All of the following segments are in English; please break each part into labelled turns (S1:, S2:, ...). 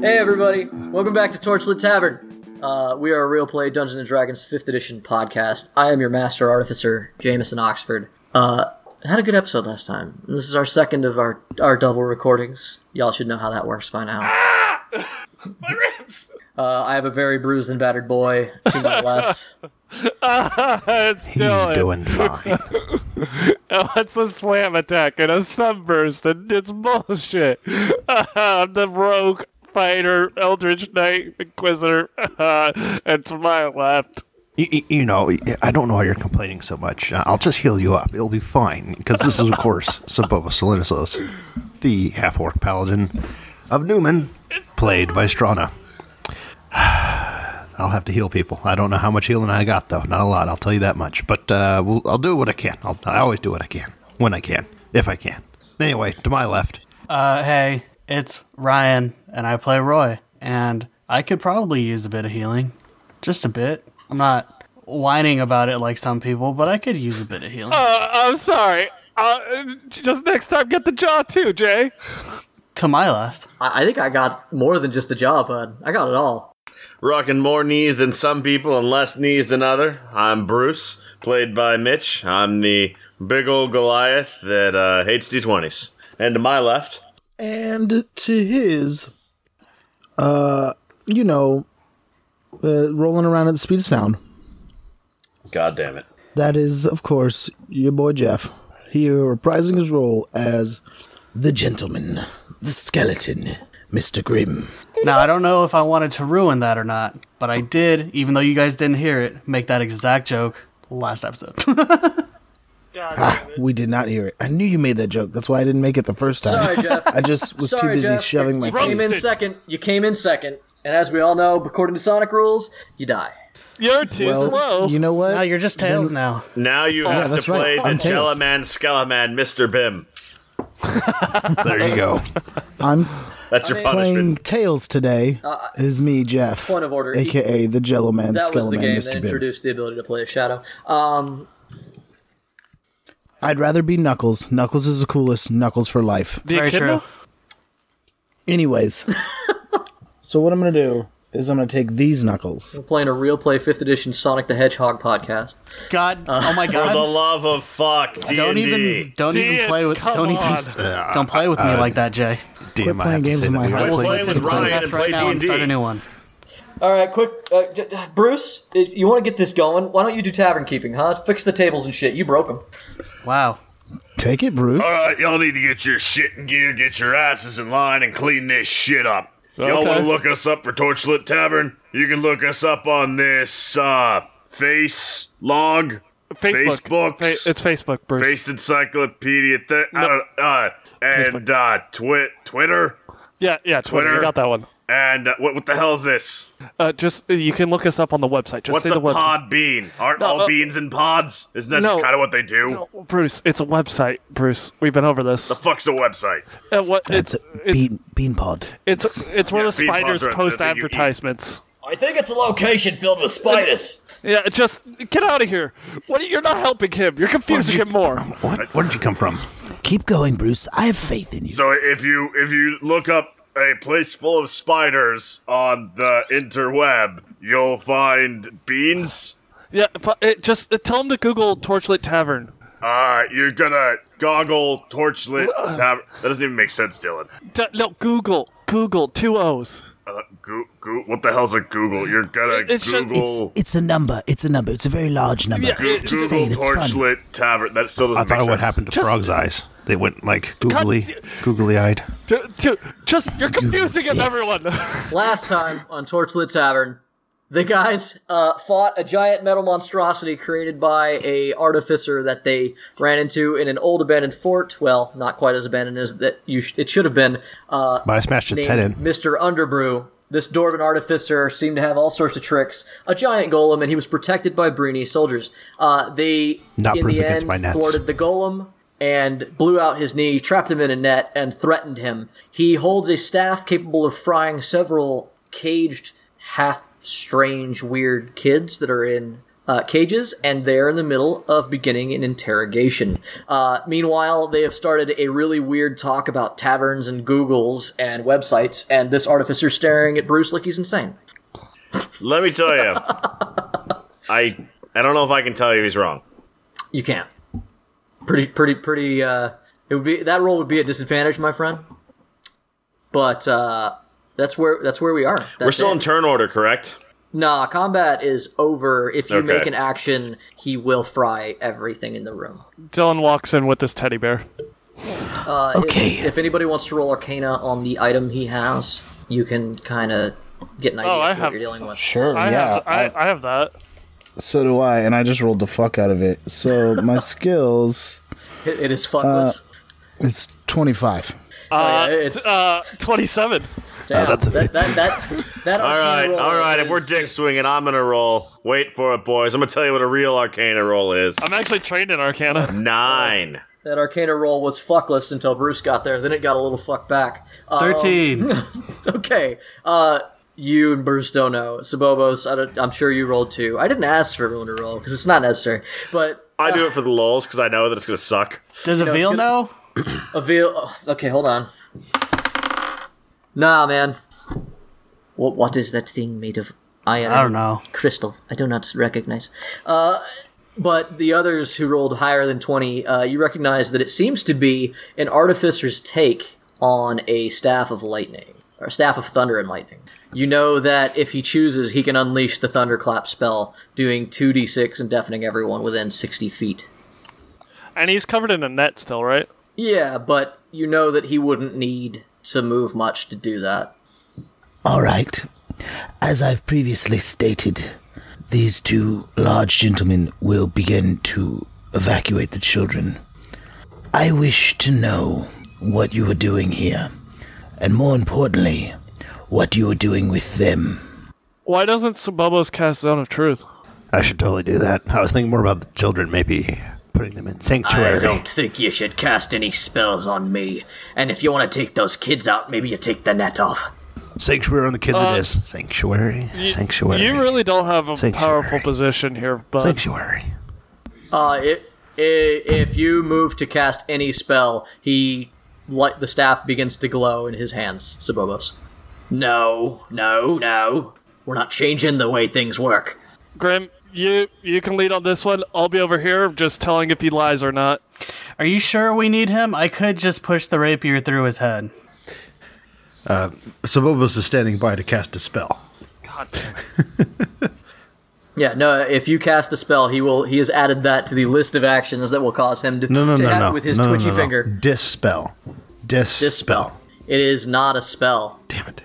S1: Hey everybody, welcome back to Torchlit Tavern. Uh, we are a real play Dungeons and Dragons 5th edition podcast. I am your master artificer, Jameson Oxford. Uh, had a good episode last time. This is our second of our, our double recordings. Y'all should know how that works by now.
S2: My ribs.
S1: Uh, I have a very bruised and battered boy to my left.
S2: it's
S3: He's
S2: Dylan.
S3: doing fine.
S2: Oh, it's a slam attack and a sunburst, and it's bullshit. I'm the rogue fighter, Eldritch Knight, Inquisitor, and to my left.
S3: you, you- you know, I don't know why you're complaining so much. I'll just heal you up. It'll be fine. Because this is, of course, Sabova Solenisos, the half orc paladin of Newman, played by Strana. I'll have to heal people. I don't know how much healing I got, though. Not a lot, I'll tell you that much. But uh, we'll, I'll do what I can. I'll, I always do what I can. When I can. If I can. Anyway, to my left.
S4: Uh, hey, it's Ryan, and I play Roy, and I could probably use a bit of healing. Just a bit. I'm not whining about it like some people, but I could use a bit of healing.
S2: Uh, I'm sorry. Uh, just next time, get the jaw too, Jay.
S4: to my left.
S1: I, I think I got more than just the job, bud. I got it all.
S5: rocking more knees than some people and less knees than other. I'm Bruce, played by Mitch. I'm the big old Goliath that uh, hates D20s. And to my left,
S6: and to his, uh, you know, uh, rolling around at the speed of sound.
S5: God damn it,
S6: That is, of course, your boy Jeff. He reprising his role as the gentleman, the skeleton, Mister Grimm.
S4: Now, I don't know if I wanted to ruin that or not, but I did, even though you guys didn't hear it, make that exact joke last episode.
S6: We did not hear it. I knew you made that joke. That's why I didn't make it the first time.
S1: Sorry, Jeff.
S6: I just was
S1: Sorry,
S6: too busy
S1: Jeff.
S6: shoving my
S1: You came
S6: face.
S1: in
S2: Roasted.
S1: second. You came in second. And as we all know, according to Sonic rules, you die.
S2: You're too slow.
S6: you know what?
S4: now you're just Tails now.
S5: now you have to
S6: that's right.
S5: play the
S6: I'm Tails.
S5: Teleman Skeleman, Mr. Bim.
S3: There you go.
S6: I'm
S5: That's your
S6: playing
S5: punishment.
S6: Tails today. is me, Jeff.
S1: Uh, Point of order.
S6: aka the Jello Man,
S1: that was the
S6: Skeleman,
S1: game
S6: Mister
S1: that
S6: Grimm.
S1: introduced the ability to play a shadow. Um,
S6: I'd rather be Knuckles. Knuckles is the coolest. Knuckles for life.
S2: The
S4: Very
S2: echidna?
S4: true.
S6: Anyways, so what I'm gonna do is I'm gonna take these Knuckles.
S1: we're playing a real play fifth edition Sonic the Hedgehog podcast.
S4: God, oh my
S5: Uh, For the
S4: god.
S5: love of fuck, D&D.
S4: Don't even, don't
S2: Dude,
S4: even play with,
S2: come
S4: don't
S2: on.
S4: even, don't play with me like that, Jay.
S3: Uh, Damn, I
S6: playing
S3: have to
S6: games
S3: say
S6: with
S3: that
S6: my
S3: we
S6: heart.
S3: were
S5: We'll play
S3: playing
S5: with Ryan and
S4: Podcast
S5: play
S4: right now and
S5: D&D.
S4: start a new one.
S1: All right, quick, uh, j- j- Bruce, if you want to get this going? Why don't you do tavern keeping, huh? Fix the tables and shit. You broke them.
S4: Wow.
S6: Take it, Bruce.
S2: Uh,
S5: All right, y'all need to get your shit in gear, get your asses in line, and clean this shit up. Y'all
S2: Okay.
S5: want to look us up for Torchlit Tavern? You can look us up on this uh, face log,
S2: Facebook.
S5: Facebooks,
S2: Fa- it's Facebook, Bruce.
S5: face encyclopedia thing, uh, uh, and
S2: Facebook.
S5: uh, twi- Twitter,
S2: yeah, yeah, Twitter. You
S5: Twitter.
S2: got that one.
S5: and uh, what, what the hell is this?
S2: Uh, just you can look us up on the website. Just
S5: What's
S2: say
S5: a
S2: the website.
S5: pod bean? Aren't all
S2: uh,
S5: beans in pods? Isn't that
S2: no.
S5: just kind of what they do?
S2: No, Bruce, it's a website. Bruce, we've been over this.
S5: Fuck's a website.
S2: Uh, what,
S6: That's a bean, bean pod.
S2: It's it's where
S5: Yeah,
S2: the
S5: bean pods
S2: spiders
S5: are the
S2: post
S5: thing you eat.
S2: advertisements.
S1: I think it's a location filled with spiders.
S2: Yeah, just get out of here. What are, you're not helping him. You're confusing him more.
S3: What? Where did you come from?
S6: Keep going, Bruce. I have faith in you.
S5: So if you if you look up a place full of spiders on the interweb, you'll find beans.
S2: Yeah, but it, just uh, tell him to Google Torchlit Tavern.
S5: Uh, you're gonna goggle torchlit tavern. That doesn't even make sense, Dylan.
S2: D- no, Google, Google, two O's.
S5: Uh, goo, goo, what the hell's a Google? You're gonna
S2: It- it's just-
S6: It's
S5: Google
S6: it's a number. It's a number. It's a very large number.
S2: Yeah, it-
S6: Just say it.
S5: Google
S6: It's fun.
S5: torchlit tavern. That still doesn't
S3: I
S5: make
S3: thought of
S5: sense.
S3: what happened to
S2: Just-
S3: Frog's eyes. They went like googly,
S2: God-
S3: googly eyed.
S2: D- d- just you're confusing him,
S6: yes.
S2: everyone.
S1: Last time on Torchlit Tavern, the guys uh, fought a giant metal monstrosity created by a artificer that they ran into in an old abandoned fort. Well, not quite as abandoned as that you sh- it should have been. Uh,
S3: But I smashed its head
S1: named
S3: in.
S1: Mr. Underbrew. This dwarven artificer seemed to have all sorts of tricks. A giant golem, and he was protected by Bruni soldiers. Uh, they
S3: Not
S1: in
S3: proof
S1: the
S3: against
S1: end
S3: my nets.
S1: thwarted the golem. and blew out his knee, trapped him in a net, and threatened him. He holds a staff capable of frying several caged, half strange, weird kids that are in uh, cages, and they're in the middle of beginning an interrogation. Uh, meanwhile, they have started a really weird talk about taverns and Googles and websites, and this artificer staring at Bruce like he's insane.
S7: Let me tell you, I I don't know if I can tell you he's wrong.
S1: You can't. Pretty, pretty, pretty. Uh, it would be that roll would be a disadvantage, my friend. But uh, that's where that's where we are.
S7: We're still in
S1: turn.
S7: turn order, correct?
S1: nah, combat is over. If you
S7: Okay.
S1: make an action, he will fry everything in the room.
S2: Dylan walks in with this teddy bear.
S5: Okay.
S1: If, if anybody wants to roll Arcana on the item he has, you can kind of get
S7: Oh,
S1: an idea
S2: I
S1: of what
S2: have-
S1: you're dealing with.
S5: Sure.
S2: I
S5: yeah.
S2: have I, I have that.
S5: so do I, and I just rolled the fuck out of it. So my skills
S1: It, it is
S7: Uh,
S1: fuckless.
S5: is twenty-five.
S2: Uh,
S1: yeah, it's-
S2: uh, twenty-seven.
S1: Damn,
S3: that's a
S1: that, that, that, that
S7: All right, all right. If we're
S1: doing
S7: dick swinging, I'm gonna roll. Wait for it, boys. I'm gonna tell you what a real Arcana roll is.
S2: I'm actually trained in Arcana.
S7: Nine.
S1: that Arcana roll was fuckless until Bruce got there. Then it got a little fucked back. Uh,
S4: 13.
S1: okay. Uh, you and Bruce don't know. Sabobos, I don't, I'm sure you rolled two. I didn't ask for everyone to roll because it's not necessary. But
S7: I do it for the lulz because I know that it's gonna suck.
S4: Does
S1: gonna-
S4: Avil know?
S1: a veal. oh, okay, hold on. Nah, man. What what is that thing made of iron?
S4: I don't know.
S1: crystal. I do not recognize. Uh, but the others who rolled higher than 20, uh, you recognize that it seems to be an artificer's take on a staff of lightning, or staff of thunder and lightning. You know that if he chooses, he can unleash the thunderclap spell, doing 2d6 and deafening everyone within 60 feet.
S2: And he's covered in a net still, right?
S1: Yeah, but you know that he wouldn't need to move much to do that.
S5: All right. As I've previously stated, these two large gentlemen will begin to evacuate the children. I wish to know what you are doing here, and more importantly, what you are doing with them.
S2: Why doesn't Sabobos cast Zone of Truth?
S3: I should totally do that. I was thinking more about the children, maybe putting them in sanctuary.
S1: think you should cast any spells on me. And if you want to take those kids out, maybe you take the net off.
S3: Sanctuary on the kids it is. Sanctuary. sanctuary.
S2: You really don't have a
S3: Sanctuary.
S2: powerful position here, but
S3: sanctuary.
S1: Uh, it, i if you move to cast any spell, he like the staff begins to glow in his hands. Sabobos. No, no, no. We're not changing the way things work.
S2: Grim, you you can lead on this one. I'll be over here just telling if he lies or not.
S4: Are you sure we need him? I could just push the rapier through his head.
S3: Sabobos is standing by to cast a spell.
S2: God damn it.
S1: Yeah, no. If you cast the spell, he will. He has added that to the list of actions that will cause him to,
S3: No, no,
S1: to
S3: no,
S1: act
S3: no.
S1: with his
S3: no, no,
S1: twitchy
S3: no, no.
S1: finger.
S3: Dispel. Dis-
S1: Dispel. It is not a spell.
S3: Damn it.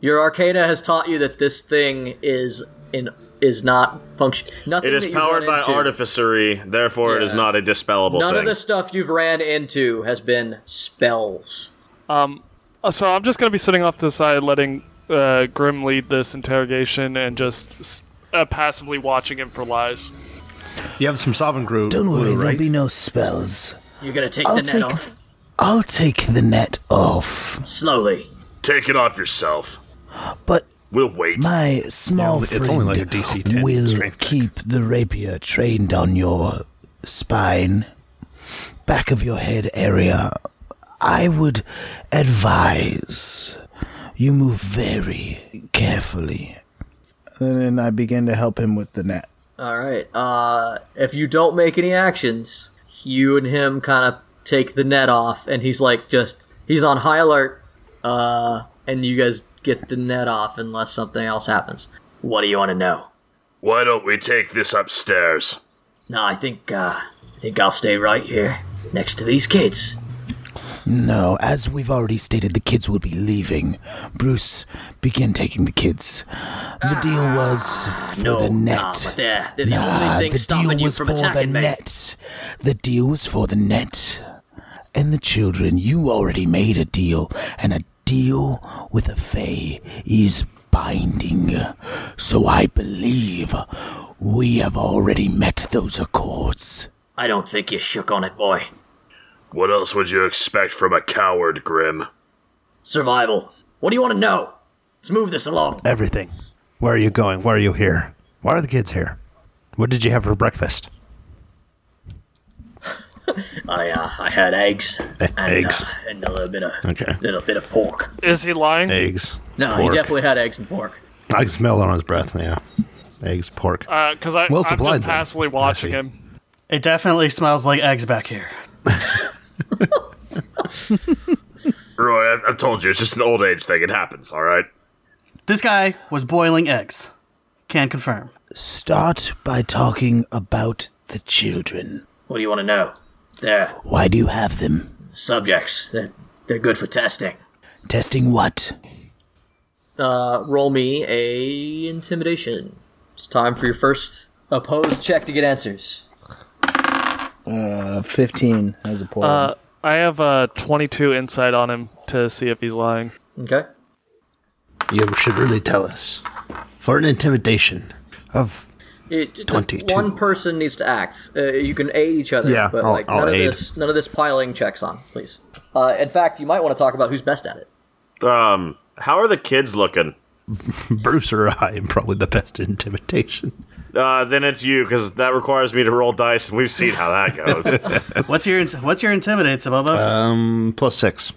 S1: Your arcana has taught you that this thing is in is not function. Nothing.
S7: It is
S1: that you've run
S7: powered by
S1: into-
S7: artificery, therefore it is
S1: Yeah.
S7: not a dispellable
S1: None
S7: thing.
S1: of the stuff you've ran into has been spells.
S2: Uh, So I'm just gonna be sitting off to the side, letting uh, Grim lead this interrogation and just s- uh, passively watching him for lies.
S3: You have some sovereign glue,
S8: Don't worry,
S3: glue,
S8: there'll
S3: right?
S8: be no spells.
S1: You're gonna take
S8: I'll
S1: the net
S8: take-
S1: off
S8: I'll take the net
S3: Oh.
S8: off.
S1: slowly.
S7: Take it off yourself.
S8: But
S7: We'll wait.
S8: my small
S3: Yeah, it's
S8: friend
S3: only like a DC 10
S8: will
S3: strength.
S8: keep the rapier trained on your spine, back of your head area. I would advise you move very carefully.
S5: And then I begin to help him with the net.
S1: All right. Uh, if you don't make any actions, you and him kind of take the net off, and he's like, just he's on high alert. Uh, and you guys get the net off unless something else happens. What do you want to know?
S7: Why don't we take this upstairs?
S1: No, I think uh, I think I'll stay right here next to these kids.
S8: No, as we've already stated, the kids will be leaving. Bruce, begin taking the kids. The deal was for
S1: Ah, No,
S8: the
S1: nah,
S8: net.
S1: but they're- they're the only
S8: Nah,
S1: thing
S8: the
S1: stopping
S8: deal
S1: you
S8: was
S1: from
S8: for the
S1: attacking me.
S8: net. The deal was for the net. And the children, you already made a deal, and a deal with a Fae is binding. So I believe we have already met those accords.
S1: I don't think you shook on it, boy.
S7: What else would you expect from a coward, Grim?
S1: Survival. What do you want to know? Let's move this along.
S3: Everything. Where are you going? Why are you here? Why are the kids here? What did you have for breakfast?
S1: I uh, I had eggs and
S3: E- eggs.
S1: uh, and a little bit of
S3: Okay.
S1: little bit of pork.
S2: Is he lying?
S3: Eggs.
S1: No, he
S3: pork.
S1: definitely had eggs and pork.
S3: I can smell it on his breath. Yeah. Eggs, pork.
S1: Uh,
S2: Because Uh, I
S3: Well
S2: I'm
S3: supplied,
S2: just
S3: then.
S2: passively watching him.
S4: It definitely smells like eggs back here.
S7: Roy, I've, I've told you, it's just an old age thing. It happens, all right?
S4: This guy was boiling eggs. Can confirm.
S5: Start by talking about the children.
S1: What do you want to know? They're
S5: Why do you have them?
S1: subjects. They're, they're good for testing.
S5: Testing what?
S1: Uh, roll me a intimidation. It's time for your first opposed check to get answers.
S8: Uh, 15. That was a poor
S2: Uh, I have uh, 22 insight on him to see if he's lying.
S1: Okay.
S3: You should really tell us. For an intimidation of.
S1: It, it-
S3: 22.
S1: One person needs to act. Uh, you can aid each other.
S3: Yeah,
S1: but
S3: I'll-
S1: like
S3: I'll
S1: none
S3: aid.
S1: of this, none of this piling checks on, please. Uh, in fact, you might want to talk about who's best at it.
S7: Um, how are the kids looking?
S3: Bruce or I am probably the best intimidation.
S7: Uh, then it's you, because that requires me to roll dice, and we've seen how that goes.
S4: What's your int- what's your intimidate, Sabobos?
S3: Um, plus six.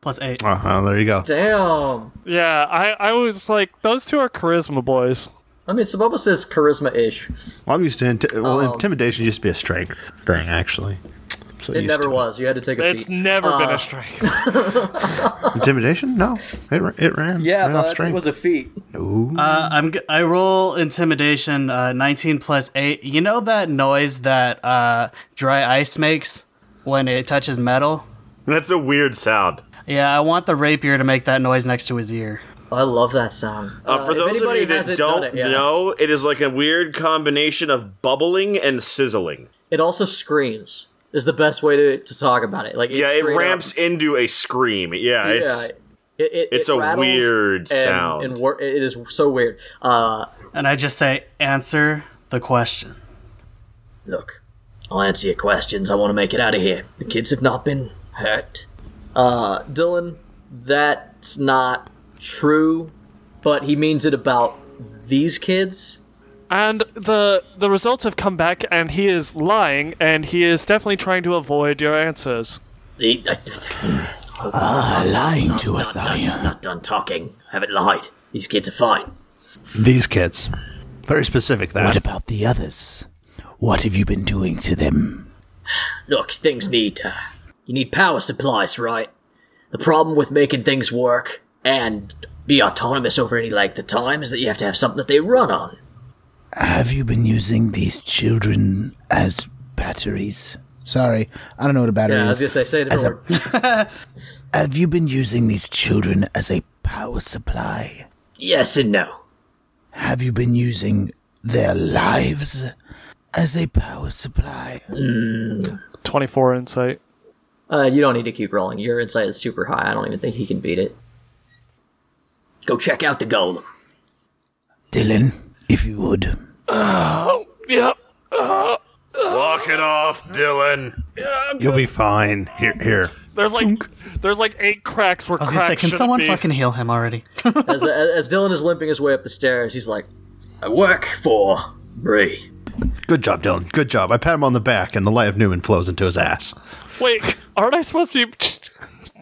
S4: Plus eight.
S3: Uh huh. There you go.
S1: Damn.
S2: Yeah, I, I was like, those two are charisma boys.
S1: I mean, Saboba says charisma-ish.
S3: Well, I'm used to inti- well,
S1: Um,
S3: intimidation used to be a strength thing, actually. So
S1: It never was. You had to take a
S2: It's
S1: feat.
S2: never been a strike.
S3: Intimidation? No, it, ra- it ran.
S1: Yeah,
S3: ran off
S1: but it
S3: strength.
S1: was a feat.
S3: Ooh.
S4: Uh, I'm g- I roll intimidation uh, 19 plus 8. You know that noise that uh, dry ice makes when it touches metal?
S7: That's a weird sound.
S4: Yeah, I want the rapier to make that noise next to his ear.
S1: I love that sound.
S7: Uh, for
S1: if
S7: those of
S1: anybody
S7: you that
S1: hasn't done
S7: don't
S1: it, yeah.
S7: know, it is like a weird combination of bubbling and sizzling.
S1: It also screams. Is the best way to, to talk about it. Like
S7: Yeah, it
S1: straight up-
S7: ramps into a scream. Yeah, it's
S1: yeah, it, it,
S7: it's
S1: it
S7: a
S1: rattles
S7: weird
S1: and,
S7: sound.
S1: And wor- it is so weird. Uh,
S4: And I just say, answer the question.
S1: look, I'll answer your questions. I want to make it out of here. The kids have not been hurt. Uh, Dylan, that's not true, but he means it about these kids.
S2: And the the results have come back, and he is lying, and he is definitely trying to avoid your answers.
S1: He,
S8: Are lying to us, are you?
S1: not done talking. I haven't lied. These kids are fine.
S3: These kids. Very specific,
S8: What
S3: that.
S8: about the others? What have you been doing to them?
S1: Look, things need. Uh, you need power supplies, right? The problem with making things work and be autonomous over any length of time is that you have to have something that they run on.
S8: Have you been using these children as batteries? Sorry, I don't know what a battery is.
S1: say, say it
S8: As a- Have you been using these children as a power supply?
S1: Yes and no.
S8: Have you been using their lives as a power supply?
S2: Twenty four insight.
S1: Uh, you don't need to keep rolling. Your insight is super high. I don't even think he can beat it. Go check out the golem.
S8: Dylan, if you would.
S2: Yep.
S7: Walk it off, Dylan.
S3: You'll be fine. Here, here.
S2: There's like there's like eight cracks where
S4: I was
S2: cracks
S4: gonna say, can
S2: shouldn't
S4: someone
S2: be.
S4: fucking heal him already?
S1: As, as Dylan is limping his way up the stairs, he's like, I work for Bree.
S3: Good job, Dylan. Good job. I pat him on the back, and the light of Newman flows into his ass.
S2: Wait, aren't I supposed to be ch-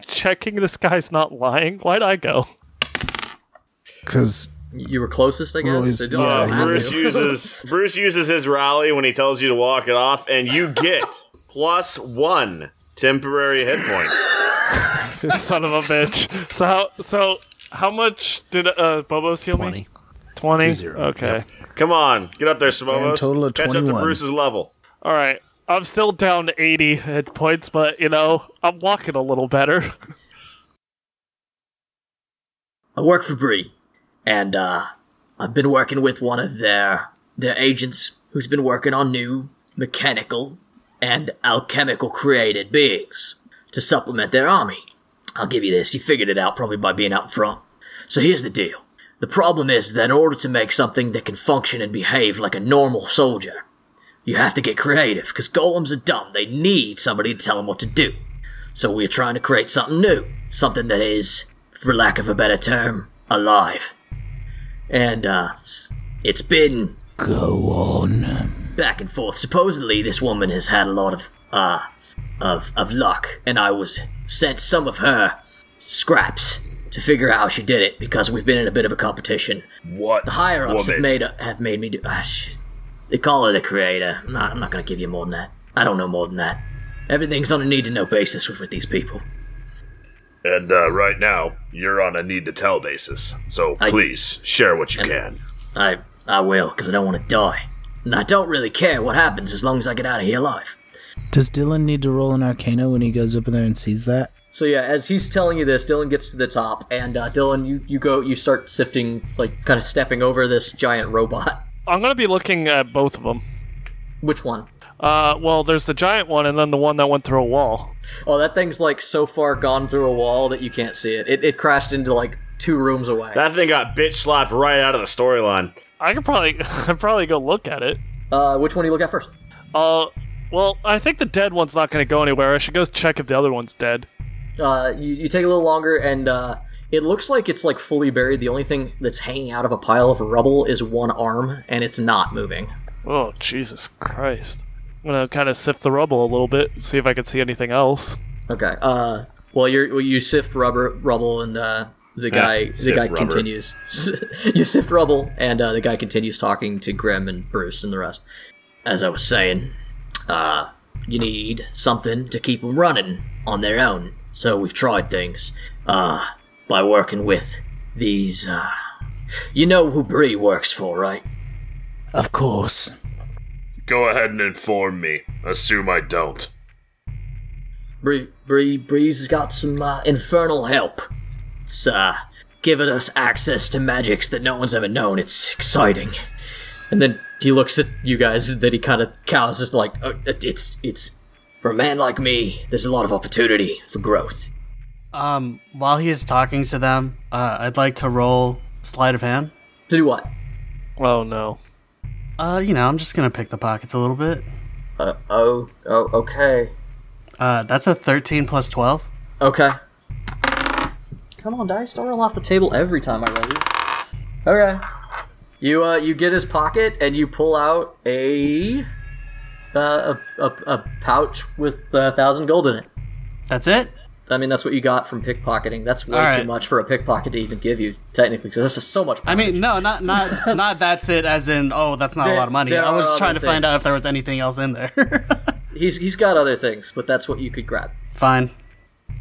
S2: checking this guy's not lying? Why'd I go?
S8: Because
S1: You were closest, I guess.
S8: Roy's-
S1: It
S8: yeah,
S1: doesn't
S8: he
S1: matter.
S7: Uh, Bruce uses Bruce uses his rally when he tells you to walk it off, and you get plus one temporary hit points.
S2: Son of a bitch. So how so how much did uh Bobos heal me?
S3: Funny.
S2: Twenty.
S3: zero,
S2: Okay.
S7: Come on, get up there, Smobos.
S8: total of
S7: Catch up to
S8: 21.
S7: Bruce's level.
S2: All right. I'm still down to 80 hit points, but you know I'm walking a little better.
S1: I work for Bree, and uh, I've been working with one of their their agents who's been working on new mechanical and alchemical created beings to supplement their army. I'll give you this. You figured it out probably by being out front. So here's the deal. The problem is that in order to make something that can function and behave like a normal soldier, you have to get creative because golems are dumb. They need somebody to tell them what to do. So we're trying to create something new, something that is, for lack of a better term, alive. And uh, it's been
S8: Go on.
S1: back and forth. Supposedly, this woman has had a lot of uh, of of luck, and I was sent some of her scraps to figure out how she did it because we've been in a bit of a competition.
S7: What?
S1: The higher ups have
S7: woman?
S1: made have made me do. ah, sh they call her the creator. I'm not, I'm not going to give you more than that. I don't know more than that. Everything's on a need to know basis with, with these people.
S7: And uh, right now, you're on a need to tell basis. So please share what you can.
S1: I I will because I don't want to die, and I don't really care what happens as long as I get out of here alive.
S5: Does Dylan need to roll an arcana when he goes up in there and sees that?
S1: So yeah, as he's telling you this, Dylan gets to the top, and uh, Dylan, you, you go, you start sifting, like kind of stepping over this giant robot.
S2: I'm gonna be looking at both of them.
S1: Which one?
S2: Uh, well, there's the giant one, and then the one that went through a wall.
S1: Oh, that thing's like so far gone through a wall that you can't see it. It, it crashed into like two rooms away.
S7: That thing got bitch slapped right out of the storyline.
S2: I could probably, I'd probably go look at it.
S1: Uh, which one do you look at first?
S2: Uh, well, I think the dead one's not gonna go anywhere. I should go check if the other one's dead.
S1: Uh, you, you take a little longer, and uh, it looks like it's like fully buried. The only thing that's hanging out of a pile of rubble is one arm, and it's not moving.
S2: Oh, Jesus Christ! I'm gonna kind of sift the rubble a little bit, see if I can see anything else.
S1: Okay. Uh, well, you're well, you sift rubber rubble and uh, the guy the
S7: sift
S1: guy
S7: rubber.
S1: continues. you sift rubble and uh, the guy continues talking to Grim and Bruce and the rest. As I was saying, uh, you need something to keep them running on their own. So we've tried things uh, by working with these. Uh, you know who Bree works for, right?
S5: Of course.
S7: Go ahead and inform me. Assume I don't.
S1: Bree, Bree, Bree's got some uh, infernal help. It's uh, given us access to magics that no one's ever known. It's exciting. And then he looks at you guys, and then he kind of cows, is like, uh, it- it's it's for a man like me. There's a lot of opportunity for growth.
S4: Um, while he is talking to them, uh, I'd like to roll sleight of hand.
S1: To do what?
S2: Oh no!
S4: Uh, you know, I'm just gonna pick the pockets a little bit.
S1: Uh, oh, oh, okay,
S4: Uh, that's a 13 plus 12.
S1: okay. Come on, dice! Don't roll off the table every time I roll you. Okay. You uh, you get his pocket and you pull out a uh, a, a, a pouch with uh, a thousand gold in it.
S4: That's it.
S1: I mean, that's what you got from pickpocketing. That's way
S4: All
S1: too
S4: right.
S1: much for a pickpocket to even give you, technically, because this is so much.
S4: I mean, no, not not not that's it. As in, oh, that's not
S1: There-
S4: a lot of money.
S1: there
S4: I was
S1: are
S4: just trying
S1: other
S4: to find
S1: things.
S4: out if there was anything else in there.
S1: he's he's got other things, but that's what you could grab.
S4: Fine.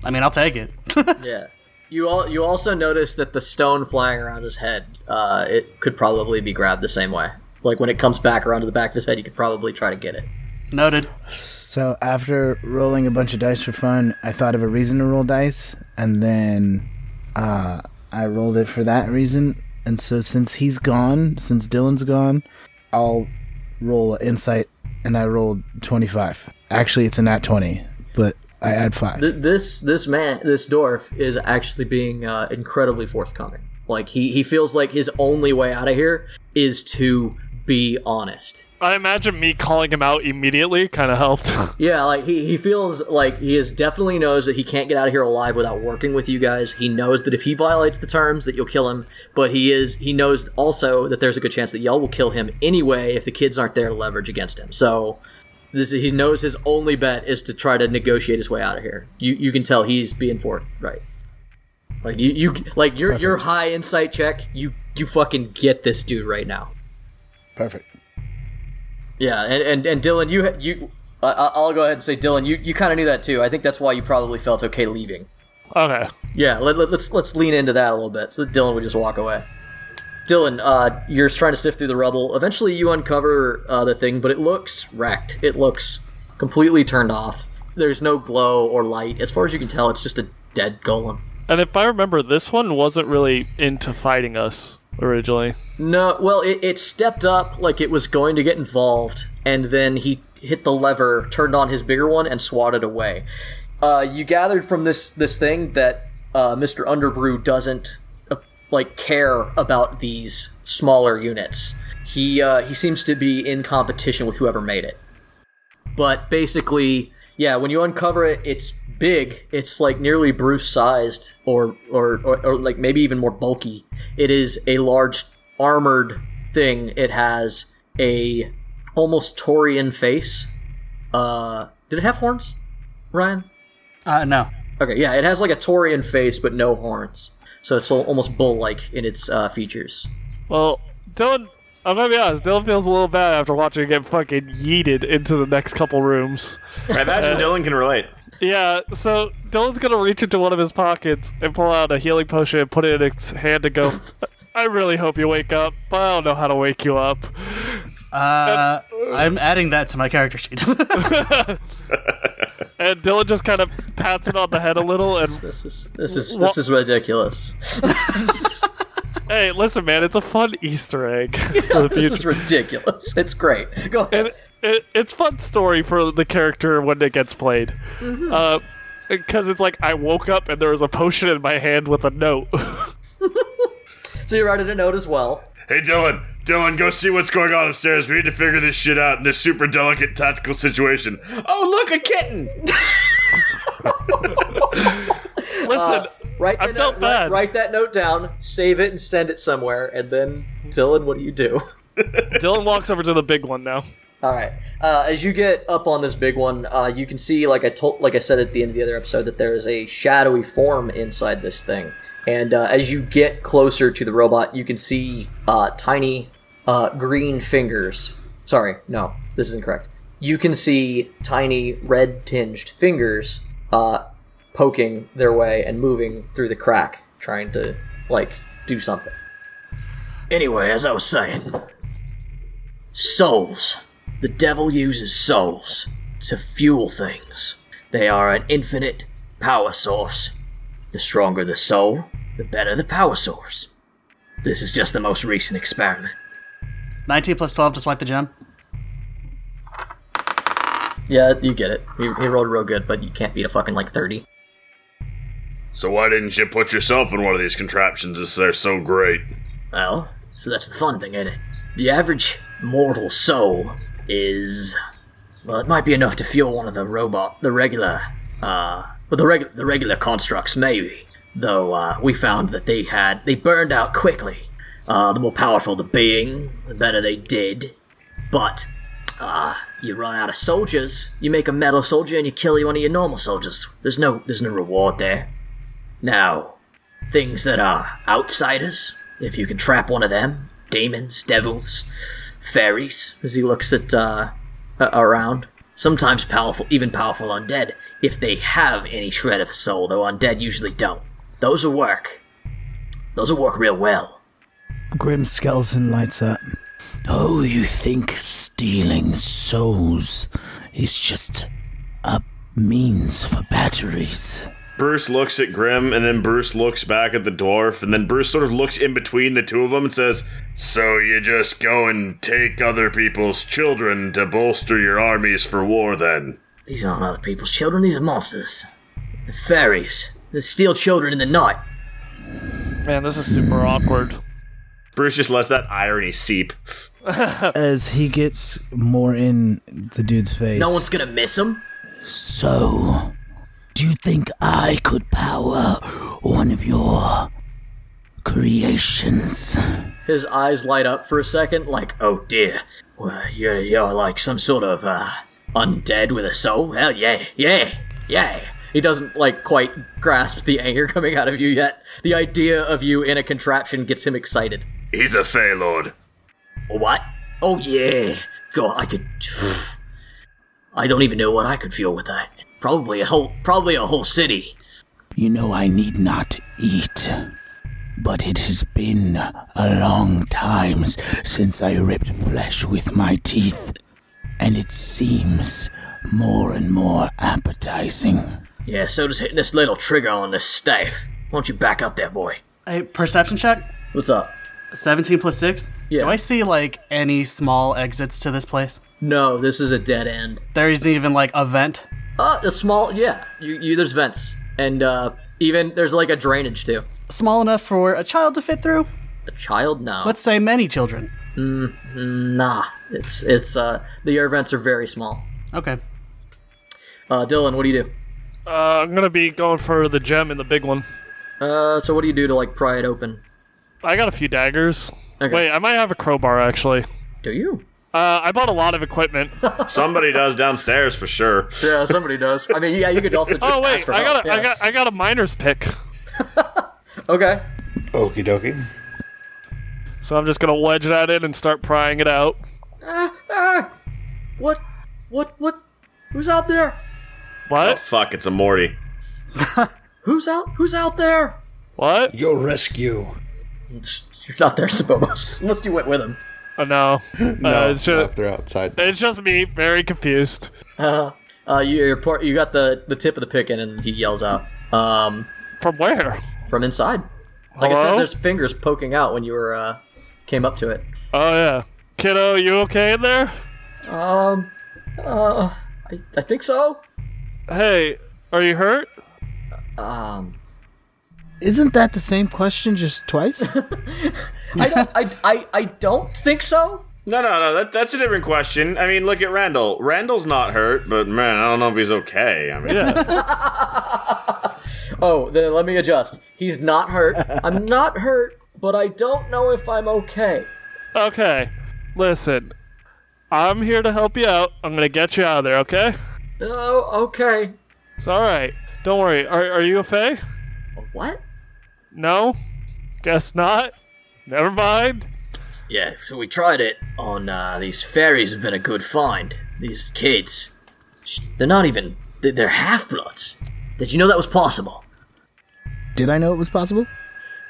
S4: I mean, I'll take it.
S1: Yeah. You all you also notice that the stone flying around his head, uh, it could probably be grabbed the same way. Like when it comes back around to the back of his head, you could probably try to get it.
S4: Noted.
S5: So after rolling a bunch of dice for fun, I thought of a reason to roll dice, and then uh, I rolled it for that reason. And so since he's gone, since Dylan's gone, I'll roll an insight, and I rolled twenty five. Actually, it's a nat twenty, but I add five.
S1: Th- this this man this dwarf is actually being uh, incredibly forthcoming. Like he he feels like his only way out of here is to be honest.
S2: I imagine me calling him out immediately kind of helped.
S1: Yeah, like he, he feels like he is definitely knows that he can't get out of here alive without working with you guys. He knows that if he violates the terms that you'll kill him, but he is he knows also that there's a good chance that y'all will kill him anyway if the kids aren't there to leverage against him. So this he knows his only bet is to try to negotiate his way out of here. You you can tell he's being forthright. Like you, you like your your high insight check, you you fucking get this dude right now.
S5: Perfect.
S1: Yeah, and and, and Dylan, you you, I I- I'll go ahead and say, Dylan, you, you kind of knew that too. I think that's why you probably felt okay leaving.
S2: okay.
S1: Yeah, let, let, let's let's lean into that a little bit. So that Dylan would just walk away. Dylan, uh, you're trying to sift through the rubble. Eventually, you uncover uh, the thing, but it looks wrecked. It looks completely turned off. There's no glow or light. As far as you can tell, it's just a dead golem.
S2: And if I remember, this one wasn't really into fighting us originally.
S1: No, well, it, it stepped up like it was going to get involved, and then he hit the lever, turned on his bigger one, and swatted away. Uh, you gathered from this this thing that uh, Mr. Underbrew doesn't uh, like care about these smaller units. He uh, he seems to be in competition with whoever made it. But basically, yeah, when you uncover it, it's big. It's like nearly Bruce sized, or or, or or like maybe even more bulky. It is a large armored thing. It has a almost Taurian face. Uh, did it have horns, Ryan?
S4: Uh, no.
S1: Okay, yeah, it has like a Taurian face but no horns, so it's al- almost bull-like in its uh, features.
S2: Well, Dylan, I'm gonna be honest. Dylan feels a little bad after watching it get fucking yeeted into the next couple rooms.
S5: I imagine Dylan can relate.
S2: Yeah, so Dylan's gonna reach into one of his pockets and pull out a healing potion and put it in its hand to go. I really hope you wake up, but I don't know how to wake you up.
S4: Uh, I'm adding that to my character sheet.
S2: And Dylan just kind of pats it on the head a little and,
S1: This is this is this is ridiculous.
S2: hey, listen, man, it's a fun Easter egg for the
S1: This
S2: future.
S1: is ridiculous. It's great. Go ahead.
S2: And it, it's fun story for the character when it gets played.
S1: Mm-hmm.
S2: Uh, because it's like I woke up and there was a potion in my hand with a note.
S1: So you writing a note as well.
S5: Hey, Dylan. Dylan, go see what's going on upstairs. We need to figure this shit out in this super delicate tactical situation. Oh, look, a kitten!
S2: Listen,
S1: Write
S2: I
S1: the
S2: felt
S1: note, write-
S2: bad.
S1: Write, that note down, save it, and send it somewhere. And then, Dylan, what do you do?
S2: Dylan walks over to the big one now.
S1: All right. Uh, as you get up on this big one, uh, you can see, like I told, like I said at the end of the other episode, that there is a shadowy form inside this thing. And uh, as you get closer to the robot, you can see uh, tiny uh, green fingers. Sorry, no, this is incorrect. You can see tiny red tinged fingers uh, poking their way and moving through the crack, trying to like do something. Anyway, as I was saying, souls. The devil uses souls to fuel things. They are an infinite power source. The stronger the soul, the better the power source. This is just the most recent experiment.
S4: 19 plus 12 to swipe the gem.
S1: Yeah, you get it. He, he rolled real good, but you can't beat a fucking like 30.
S5: So, why didn't you put yourself in one of these contraptions if they're so great?
S1: Well, so that's the fun thing, ain't it? The average mortal soul is, well, it might be enough to fuel one of the robot, the regular, uh, well, the reg- the regular constructs maybe. Though uh, we found that they had they burned out quickly. Uh, the more powerful the being, the better they did. But uh, you run out of soldiers, you make a metal soldier, and you kill one of your normal soldiers. There's no there's no reward there. Now, things that are outsiders, if you can trap one of them, demons, devils, fairies, as he looks at uh, a- around. Sometimes powerful, even powerful undead, if they have any shred of a soul, though undead usually don't. Those will work. Those will work real well.
S9: Grim Skeleton lights up.
S8: Oh, you think stealing souls is just a means for batteries?
S5: Bruce looks at Grim, and then Bruce looks back at the dwarf, and then Bruce sort of looks in between the two of them and says, So you just go and take other people's children to bolster your armies for war, then?
S1: These aren't other people's children, these are monsters. They're fairies. They steal children in the night.
S2: Man, this is super awkward.
S5: Bruce just lets that irony seep.
S9: As he gets more in the dude's face.
S1: No one's gonna miss them.
S8: So, do you think I could power one of your creations?
S1: His eyes light up for a second, like, oh dear. Well, you're, you're like some sort of uh, undead with a soul? Hell yeah, yeah, yeah. He doesn't, like, quite grasp the anger coming out of you yet. The idea of you in a contraption gets him excited.
S5: He's a Fey Lord.
S1: What? Oh yeah. God, I could. I don't even know what I could feel with that. Probably a whole, probably a whole city.
S8: You know, I need not eat. But it has been a long time s- since I ripped flesh with my teeth, and it seems more and more appetizing.
S1: Yeah. So does hitting this little trigger on this staff. Why don't you back up there, boy?
S4: Hey, perception check.
S1: What's up?
S4: 17 plus 6.
S1: Yeah.
S4: Do I see, like, any small exits to this place?
S1: No, this is a dead end.
S4: There isn't even, like, a vent.
S1: Uh, a small, yeah. You, you, there's vents, and uh, even there's like a drainage too.
S4: Small enough for a child to fit through?
S1: A child now.
S4: Let's say many children.
S1: Nah, it's it's uh, the air vents are very small.
S4: Okay.
S1: Uh, Dylan, what do you do?
S2: Uh, I'm gonna be going for the gem in the big one.
S1: Uh, so what do you do to like pry it open?
S2: I got a few daggers.
S1: Okay.
S2: Wait, I might have a crowbar actually.
S1: Do you?
S2: Uh, I bought a lot of equipment.
S7: Somebody does downstairs for sure.
S1: Yeah, somebody does. I mean, yeah, you could also. Just
S2: Oh
S1: ask
S2: wait,
S1: for
S2: I
S1: help,
S2: got a, I
S1: yeah.
S2: got I got a miner's pick.
S1: Okay.
S3: Okie dokie.
S2: So I'm just gonna wedge that in and start prying it out.
S1: What? What? What? Who's out there?
S7: Oh
S2: What?
S7: fuck, it's a Morty.
S1: Who's out? Who's out there?
S2: What?
S3: Your rescue.
S1: You're not there, Sabobos. Unless you went with him.
S2: Oh, no. uh, it's
S3: no, if
S2: just
S3: they're outside.
S2: it's just me, very confused.
S1: Uh, you you're por- you got the the tip of the pick in, and he yells out. Um,
S2: From where?
S1: from inside. Like I said,
S2: Hello?
S1: there's fingers poking out when you were uh came up to it.
S2: Oh yeah, kiddo, you okay in there?
S1: Um, uh, I, I think so.
S2: Hey, are you hurt?
S1: Um,
S8: Isn't that the same question just twice?
S1: I don't, I, I, I don't think so.
S7: No, no, no. That, that's a different question. I mean, look at Randall. Randall's not hurt, but man, I don't know if he's okay. I mean,
S2: Yeah.
S1: Oh, then let me adjust. He's not hurt. I'm not hurt, but I don't know if I'm okay.
S2: okay. Listen, I'm here to help you out. I'm gonna get you out of there. Okay?
S1: Oh, okay.
S2: It's all right. Don't worry. Are are you a fae?
S1: What?
S2: No. Guess not. Never mind.
S1: Yeah, so we tried it on uh, these fairies have been a good find. These kids, sh- they're not even they- they're half bloods. Did you know that was possible?
S8: Did I know it was possible?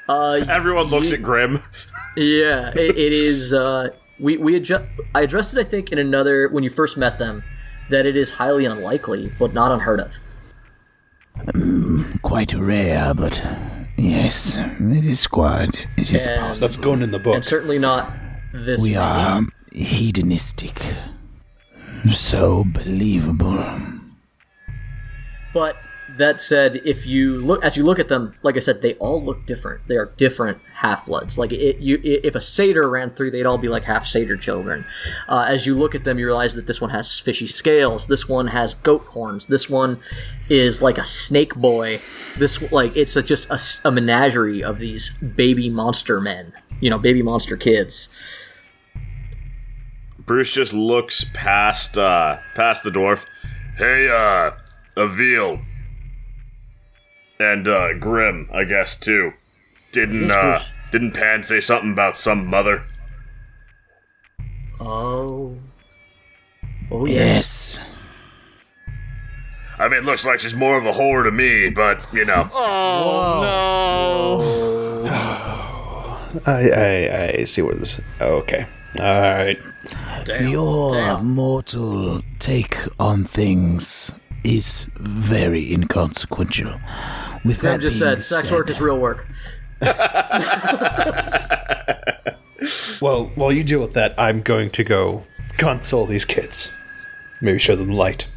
S1: Uh,
S7: everyone looks at Grim.
S1: Yeah, it, it is. Uh, we we adjust. I addressed it, I think, in another when you first met them, that it is highly unlikely, but not unheard of.
S8: Quite rare, but yes, it is quite. It is
S1: And-
S8: possible.
S3: That's going in the book.
S1: And certainly not this.
S8: We are uh, hedonistic. So believable.
S1: But that said, if you look as you look at them, like I said, they all look different. They are different half bloods. Like it, you, i if a satyr ran through, they'd all be like half satyr children. Uh, as you look at them, you realize that this one has fishy scales. This one has goat horns. This one is like a snake boy. This like it's a, just a, s- a menagerie of these baby monster men. You know, baby monster kids.
S7: Bruce just looks past uh past the dwarf. Hey, uh, Avil. And uh Grim, I guess too. Didn't
S1: Yes,
S7: uh
S1: Bruce.
S7: didn't Pan say something about some mother?
S1: Oh, oh
S8: Yes.
S7: I mean, looks like she's more of a whore to me, but you know.
S2: Oh
S3: I, I, I see where this. Okay. All right.
S8: Your mortal take on things is very inconsequential. With that
S1: I just
S8: being
S1: said sex work is real work.
S3: Well, while you deal with that, I'm going to go console these kids. Maybe show them light.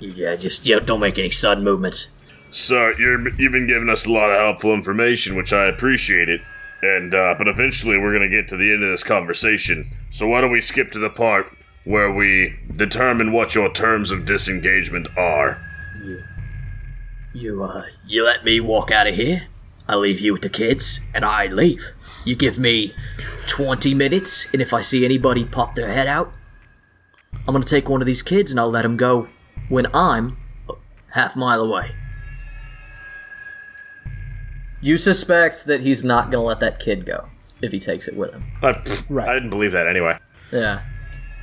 S1: Yeah, just yeah, don't make any sudden movements.
S7: So you're, you've been giving us a lot of helpful information, which I appreciate it. And uh, but eventually we're gonna get to the end of this conversation. So why don't we skip to the part where we determine what your terms of disengagement are?
S1: You uh you let me walk out of here. I leave you with the kids and I leave. You give me 20 minutes and if I see anybody pop their head out, I'm going to take one of these kids and I'll let them go when I'm a half mile away. You suspect that he's not going to let that kid go if he takes it with him.
S7: I, pff,
S8: Right.
S7: I didn't believe that anyway.
S1: Yeah.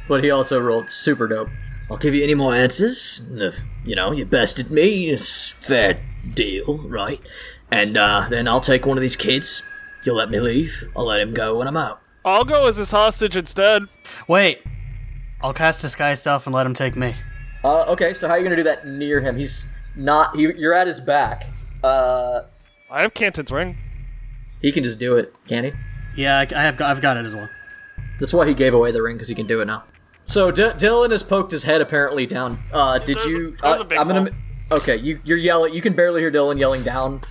S1: But he also rolled super dope. I'll give you any more answers. If, you know, you bested me, it's fair deal, right? And uh, then I'll take one of these kids. You'll let me leave. I'll let him go when I'm out.
S2: no! I'll go as his hostage instead.
S4: Wait. I'll cast disguise self and let him take me.
S1: Uh, okay, so how are you going to do that near him? He's not. He, you're at his back. Uh,
S2: I have Canton's ring.
S1: he can just do it, can he?
S4: Yeah, I, I have got, I've got it as well.
S1: That's why he gave away the ring because he can do it now. So D- Dylan has poked his head apparently down. Uh, did
S2: There's a-
S1: you?
S2: there's
S1: uh,
S2: a big
S1: I'm gonna.
S2: hole.
S1: Okay, you, you're yelling. You can barely hear Dylan yelling down.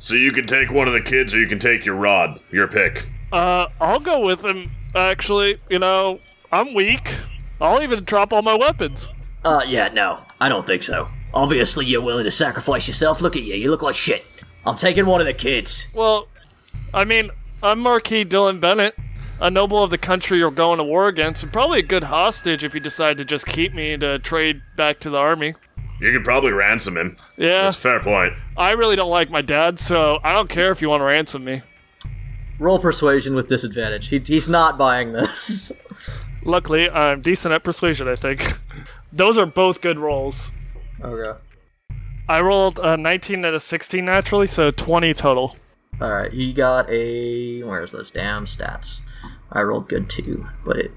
S7: So you can take one of the kids, or you can take your rod, your pick.
S2: Uh, I'll go with him Actually, you know, I'm weak. I'll even drop all my weapons.
S1: Uh, yeah, no, I don't think so. Obviously, you're willing to sacrifice yourself. Look at you, you look like shit. I'm taking one of the kids.
S2: Well, I mean, I'm Marquis Dylan Bennett, a noble of the country you're going to war against, and probably a good hostage if you decide to just keep me to trade back to the army.
S7: You could probably ransom him.
S2: Yeah,
S7: That's a fair point.
S2: I really don't like my dad, so I don't care if you want to ransom me.
S1: Roll persuasion with disadvantage. He, he's not buying this.
S2: Luckily, I'm decent at persuasion, I think. Those are both good rolls.
S1: okay.
S2: I rolled a 19 out of 16 naturally, so 20 total.
S1: All right, he got a. Where's those damn stats? I rolled good too, but it.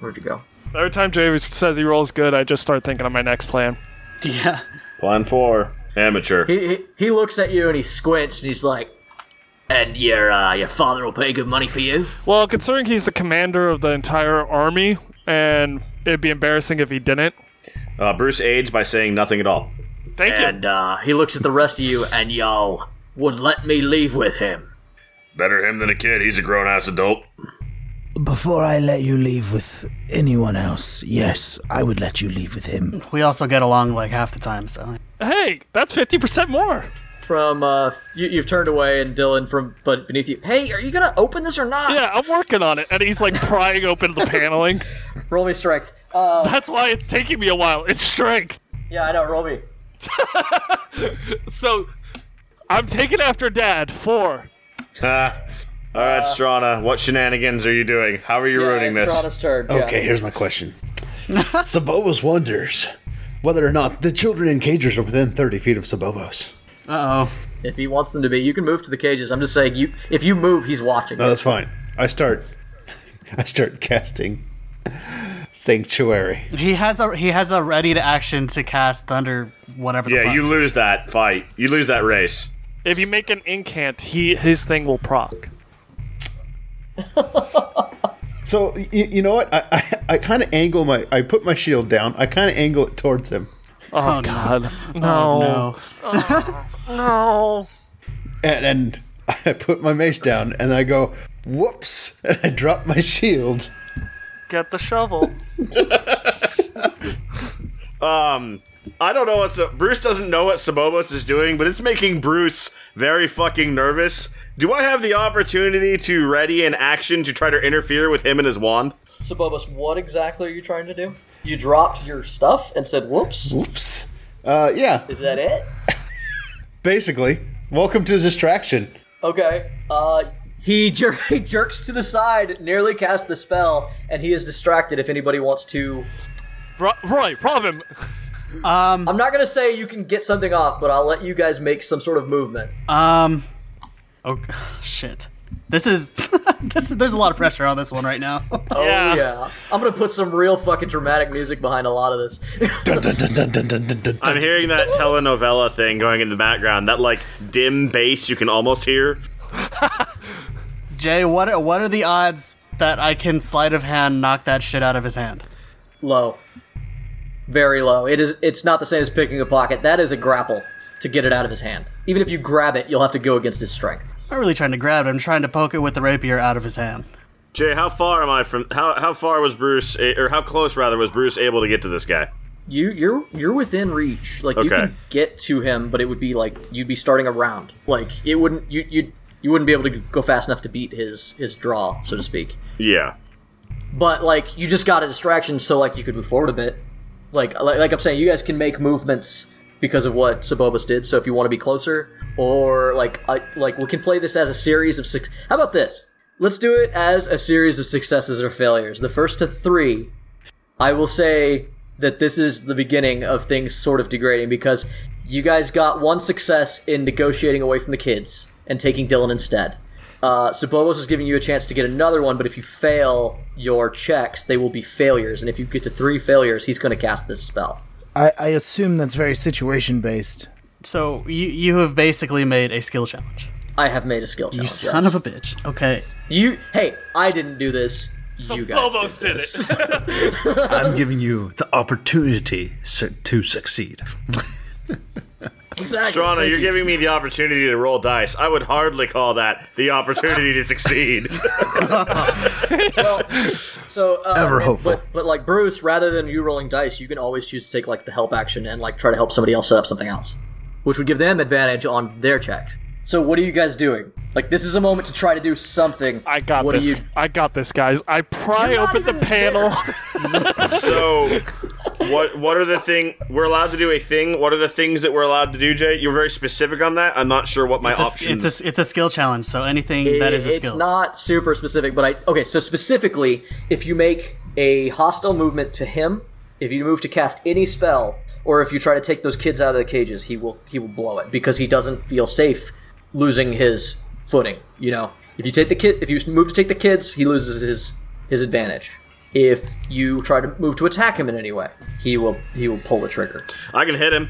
S1: Where'd you go?
S2: Every time Javis says he rolls good, I just start thinking of my next plan.
S4: Yeah.
S7: Plan four. Amateur.
S1: He, he he looks at you and he squints and he's like, "And your uh, your father will pay good money for you."
S2: Well, considering he's the commander of the entire army, and it'd be embarrassing if he didn't.
S7: Uh, Bruce aids by saying nothing at all.
S2: Thank you.
S1: And uh, he looks at the rest of you and y'all would let me leave with him.
S7: Better him than a kid. He's a grown ass adult.
S8: Before I let you leave with anyone else, yes, I would let you leave with him.
S4: We also get along like half the time, so
S2: Hey, that's 50% more.
S1: From uh, you, you've turned away and Dylan from but beneath you. Hey, are you gonna open this or not?
S2: Yeah, I'm working on it. And he's like prying open the paneling.
S1: Roll me strength. Uh,
S2: That's why it's taking me a while. It's strength.
S1: yeah, I know. Roll me.
S2: So I'm taking after dad. Four.
S7: Ha. Ah, All right, Strana, what shenanigans are you doing? How are you ruining
S1: yeah,
S7: this?
S1: Estrada's turn. yeah.
S3: Okay, here's my question. Sabobos wonders whether or not the children in cages are within 30 feet of Sabobos.
S4: Uh oh.
S1: If he wants them to be, you can move to the cages. I'm just saying, you if you move, he's watching.
S7: Uh.
S3: No, Oh, that's fine. I start. I start casting sanctuary.
S4: He has a he has a ready to action to cast thunder whatever the
S7: Yeah,
S4: fuck.
S7: you lose that fight. You lose that race.
S2: If you make an incant, he his thing will proc.
S3: So y- you know what? I I, I kind of angle my. I put my shield down. I kind of angle it towards him,
S2: Oh, God. No.
S4: no.
S2: no.
S3: and, and I put my mace down, and I go whoops, and I drop my shield.
S2: Get the shovel.
S7: Um, I don't know what Sa- Bruce doesn't know what Sabobos is doing, but it's making Bruce very fucking nervous. Do I have the opportunity to ready an action to try to interfere with him and his wand?
S1: So, Bobus, what exactly are you trying to do? You dropped your stuff and said, "Whoops."
S3: Whoops. Uh, yeah.
S1: Is that it?
S3: Basically, welcome to distraction.
S1: Okay. Uh, he, jer- he jerks to the side, nearly casts the spell, and he is distracted. If anybody wants to,
S2: Ro- Roy, rob him.
S1: I'm not gonna say you can get something off, but I'll let you guys make some sort of movement.
S4: Um Oh shit. This is this is, there's a lot of pressure on this one right now.
S2: yeah.
S1: Oh, Yeah, I'm gonna put some real fucking dramatic music behind a lot of this.
S3: Dun, dun, dun, dun, dun, dun, dun, dun,
S7: I'm hearing that telenovela thing going in the background, that like dim bass you can almost hear.
S4: Jay, what are, what are the odds that I can sleight of hand knock that shit out of his hand?
S1: low, very low. It is. It's not the same as picking a pocket. That is a grapple to get it out of his hand. Even if you grab it, you'll have to go against his strength.
S4: I'm not really trying to grab it. I'm trying to poke it with the rapier out of his hand.
S7: Jay, how far am I from? How how far was Bruce, a- or how close rather was Bruce able to get to this guy?
S1: You you're you're within reach. Like you
S7: Okay.
S1: can get to him, but it would be like you'd be starting a round. Like it wouldn't you you you wouldn't be able to go fast enough to beat his his draw, so to speak.
S7: Yeah.
S1: But like you just got a distraction, so like you could move forward a bit. Like like, like I'm saying, you guys can make movements because of what Sabobus did. So if you want to be closer, or like I, like we can play this as a series of six. How about this? Let's do it as a series of successes or failures. The first to three I will say that this is the beginning of things sort of degrading because you guys got one success in negotiating away from the kids and taking Dylan instead. Uh, so Bobos is giving you a chance to get another one, but if you fail your checks, they will be failures. And if you get to three failures, he's going to cast this spell.
S8: I, I assume that's very situation based.
S4: So you you have basically made a skill challenge.
S1: I have made a skill
S4: You
S1: challenge.
S4: son of a bitch. Okay.
S1: you. Hey, I didn't do this. you guys
S2: Bobos
S1: did,
S2: did
S1: this.
S3: I'm giving you the opportunity su- to succeed.
S1: Exactly.
S7: Shauna,
S1: Thank
S7: you're
S1: you.
S7: giving me the opportunity to roll dice. I would hardly call that the opportunity to succeed.
S1: So uh,
S10: Ever
S1: and-
S10: hopeful.
S1: But, but like Bruce, rather than you rolling dice, you can always choose to take like the help action and like try to help somebody else set up something else, which would give them advantage on their check. So what are you guys doing? Like this is a moment to try to do something.
S2: I got
S1: what
S2: this.
S1: Are you...
S2: I got this, guys. I pry
S1: not
S2: open the
S1: even
S2: panel.
S7: so, what what are the thing we're allowed to do? A thing. What are the things that we're allowed to do, Jay? You're very specific on that. I'm not sure what my
S4: It's a,
S7: options.
S4: it's, a, it's a skill challenge, so anything that is a
S1: it's
S4: skill.
S1: not super specific, but I okay. So specifically, if you make a hostile movement to him, if you move to cast any spell, or if you try to take those kids out of the cages, he will he will blow it because he doesn't feel safe losing his footing. You know, if you take the kid, if you move to take the kids, he loses his his advantage. If you try to move to attack him in any way, he will he will pull the trigger.
S7: I can hit him.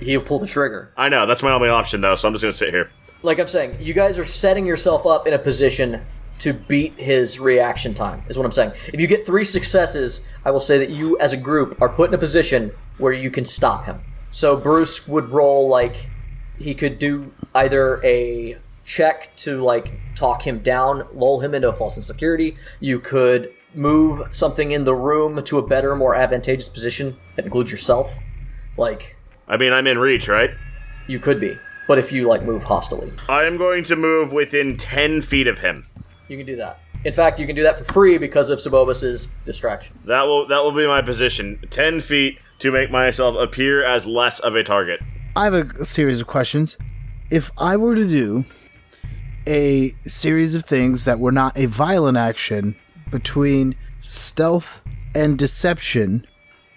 S1: He'll pull the trigger.
S7: I know that's my only option though, so I'm just gonna sit here.
S1: like I'm saying, you guys are setting yourself up in a position to beat his reaction time, is what I'm saying. If you get three successes, I will say that you as a group are put in a position where you can stop him. So Bruce would roll like he could do either a check to like talk him down, lull him into a false insecurity. You could move something in the room to a better, more advantageous position that includes yourself. Like
S7: I mean, I'm in reach, right?
S1: you could be. But if you like move hostily.
S7: I am going to move within ten feet of him.
S1: You can do that. In fact, you can do that for free because of Sabobus's distraction.
S7: That will that will be my position. Ten feet to make myself appear as less of a target.
S6: I have a series of questions. If I were to do a series of things that were not a violent action between stealth and deception,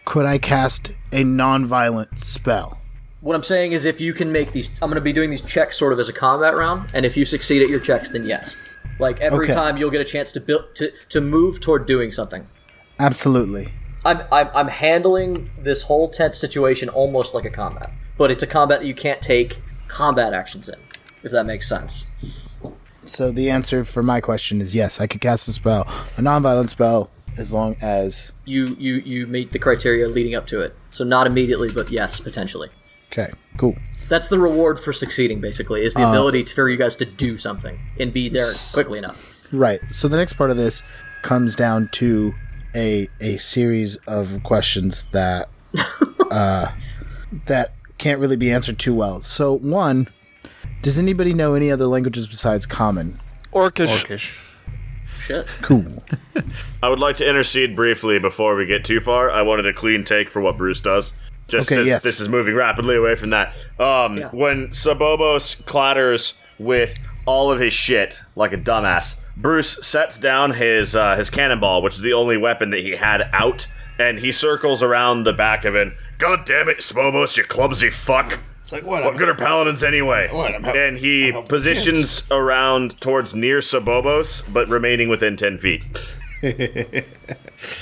S6: could I cast a non-violent spell?
S1: What I'm saying is, if you can make these, I'm going to be doing these checks sort of as a combat round, and if you succeed at your checks, then yes. Like every
S6: Okay.
S1: time, you'll get a chance to build to, to move toward doing something.
S6: Absolutely.
S1: I'm, I'm I'm handling this whole tense situation almost like a combat, but it's a combat that you can't take combat actions in, if that makes sense.
S6: So the answer for my question is yes, I could cast a spell, a non-violent spell, as long as
S1: You you you meet the criteria leading up to it, so not immediately, but yes, potentially.
S6: okay, cool.
S1: That's the reward for succeeding, basically,
S7: Uh,
S1: is the ability to, for you guys to do something and be there quickly enough.
S6: Right. So the next part of this comes down to a a series of questions that uh, that can't really be answered too well. So one, does anybody know any other languages besides Common?
S2: Orcish.
S10: Orcish.
S1: Shit.
S6: Cool.
S7: I would like to intercede briefly before we get too far. I wanted a clean take for what Bruce does. Just
S6: Okay,
S7: since
S6: yes.
S7: this is moving rapidly away from that. Um,
S1: Yeah.
S7: When Sabobos clatters with all of his shit like a dumbass, Bruce sets down his uh, his cannonball, which is the only weapon that he had out, and he circles around the back of it. God damn it, Sabobos, you clumsy fuck!
S10: It's like, what?
S7: What good are paladins anyway?
S10: What, I'm help-
S7: and he
S10: helping
S7: positions around towards near Sabobos, but remaining within ten feet.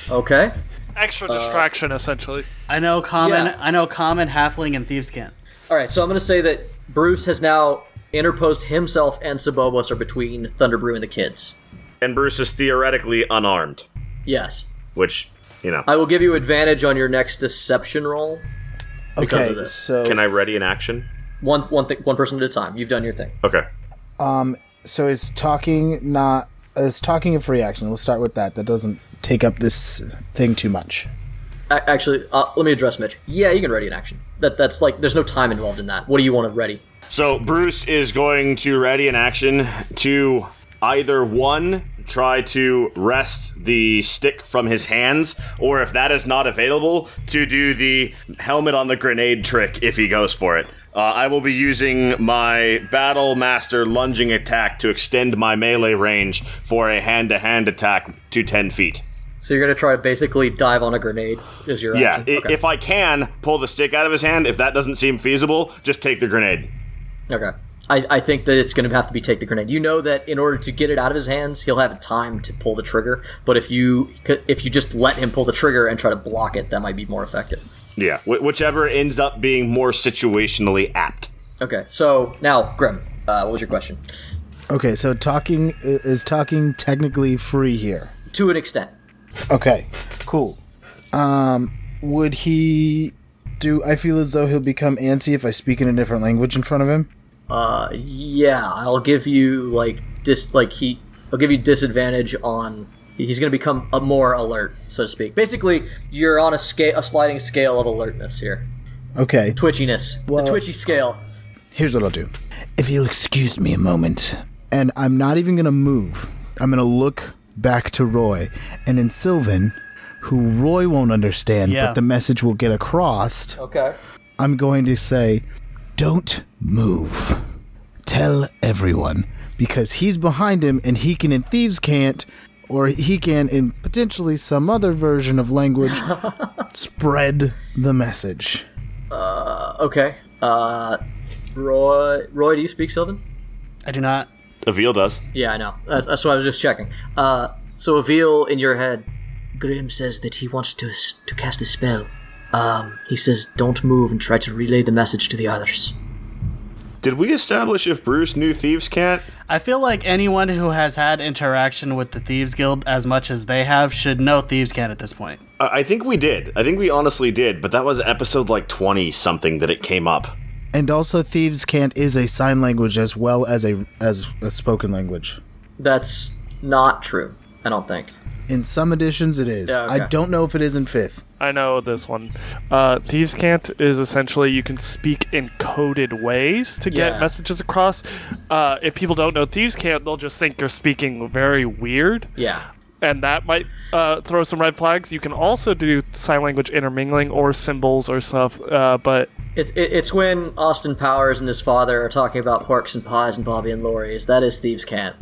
S1: Okay.
S2: Extra
S1: Uh,
S2: distraction, essentially.
S4: I know common.
S1: Yeah.
S4: I know common halfling and thieves can't.
S1: All right. So I'm going to say that Bruce has now interposed himself and Sabobos are between Thunderbrew and the kids.
S7: and Bruce is theoretically unarmed,
S1: Yes.
S7: which you know.
S1: I will give you advantage on your next deception roll. Because of
S6: Okay.
S1: this.
S6: So
S7: Can I ready an action?
S1: One one thing, one person at a time. You've done your thing.
S7: Okay.
S6: so is talking not is talking a free action? Let's start with that. That doesn't take up this thing too much.
S1: A- actually, uh, let me address Mitch. Yeah, you can ready an action. That that's like there's no time involved in that. What do you want to ready?
S7: So Bruce is going to ready an action to either one try to wrest the stick from his hands, or if that is not available, to do the helmet on the grenade trick if he goes for it. Uh, I will be using my Battle Master lunging attack to extend my melee range for a hand-to-hand attack to ten feet.
S1: So you're going to try to basically dive on a grenade is your
S7: Yeah,
S1: action.
S7: i
S1: okay.
S7: if I can pull the stick out of his hand, if that doesn't seem feasible, just take the grenade.
S1: Okay. I, I think that it's going to have to be take the grenade. You know that in order to get it out of his hands, he'll have time to pull the trigger. But if you if you just let him pull the trigger and try to block it, that might be more effective.
S7: Yeah, wh- whichever ends up being more situationally apt.
S1: Okay. So now, Grim, uh, what was your question?
S6: Okay. So talking is talking technically free here.
S1: To an extent,
S6: Okay, cool. Um, would he Do I feel as though he'll become antsy if I speak in a different language in front of him?
S1: Yeah, I'll give you like dis like he I'll give you disadvantage on he's going to become a more alert, so to speak. Basically, you're on a scale a sliding scale of alertness here.
S6: Okay.
S1: Twitchiness.
S6: Well-
S1: the twitchy scale.
S6: Here's what I'll do.
S8: If you'll excuse me a moment.
S6: and I'm not even gonna move. I'm gonna look back to Roy, and in Sylvan, who Roy won't understand,
S4: Yeah.
S6: but the message will get across.
S1: Okay.
S6: I'm going to say, "Don't move. Tell everyone because he's behind him, and he can, and thieves can't, or he can, in potentially some other version of language, spread the message."
S1: Okay. Uh Roy Roy, do you speak Sylvan?
S4: I do not.
S7: Avil does.
S1: Yeah, I know. That's, that's what I was just checking. Uh, so, Avil, in your head, Grim says that he wants to s- to cast a spell. Um, he says, "Don't move and try to relay the message to the others."
S7: Did we establish if Bruce knew thieves can't?
S4: I feel like anyone who has had interaction with the Thieves Guild as much as they have should know Thieves can at this point.
S7: I I think we did. I think we honestly did, but that was episode like 20 something that it came up.
S6: And also, thieves can't is a sign language as well as a as a spoken language.
S1: That's not true. I don't think.
S6: In some editions, it is.
S1: Yeah, okay.
S6: I don't know if it is in fifth.
S2: I know this one. Uh, Thieves Cant is essentially you can speak in coded ways to
S1: Yeah.
S2: get messages across. Uh, if people don't know Thieves Cant, they'll just think you're speaking very weird,
S1: Yeah.
S2: and that might uh, throw some red flags. You can also do sign language intermingling or symbols or stuff, uh, but
S1: It's it, it's when Austin Powers and his father are talking about porks and pies and Bobby and Lori's. That is thieves can't.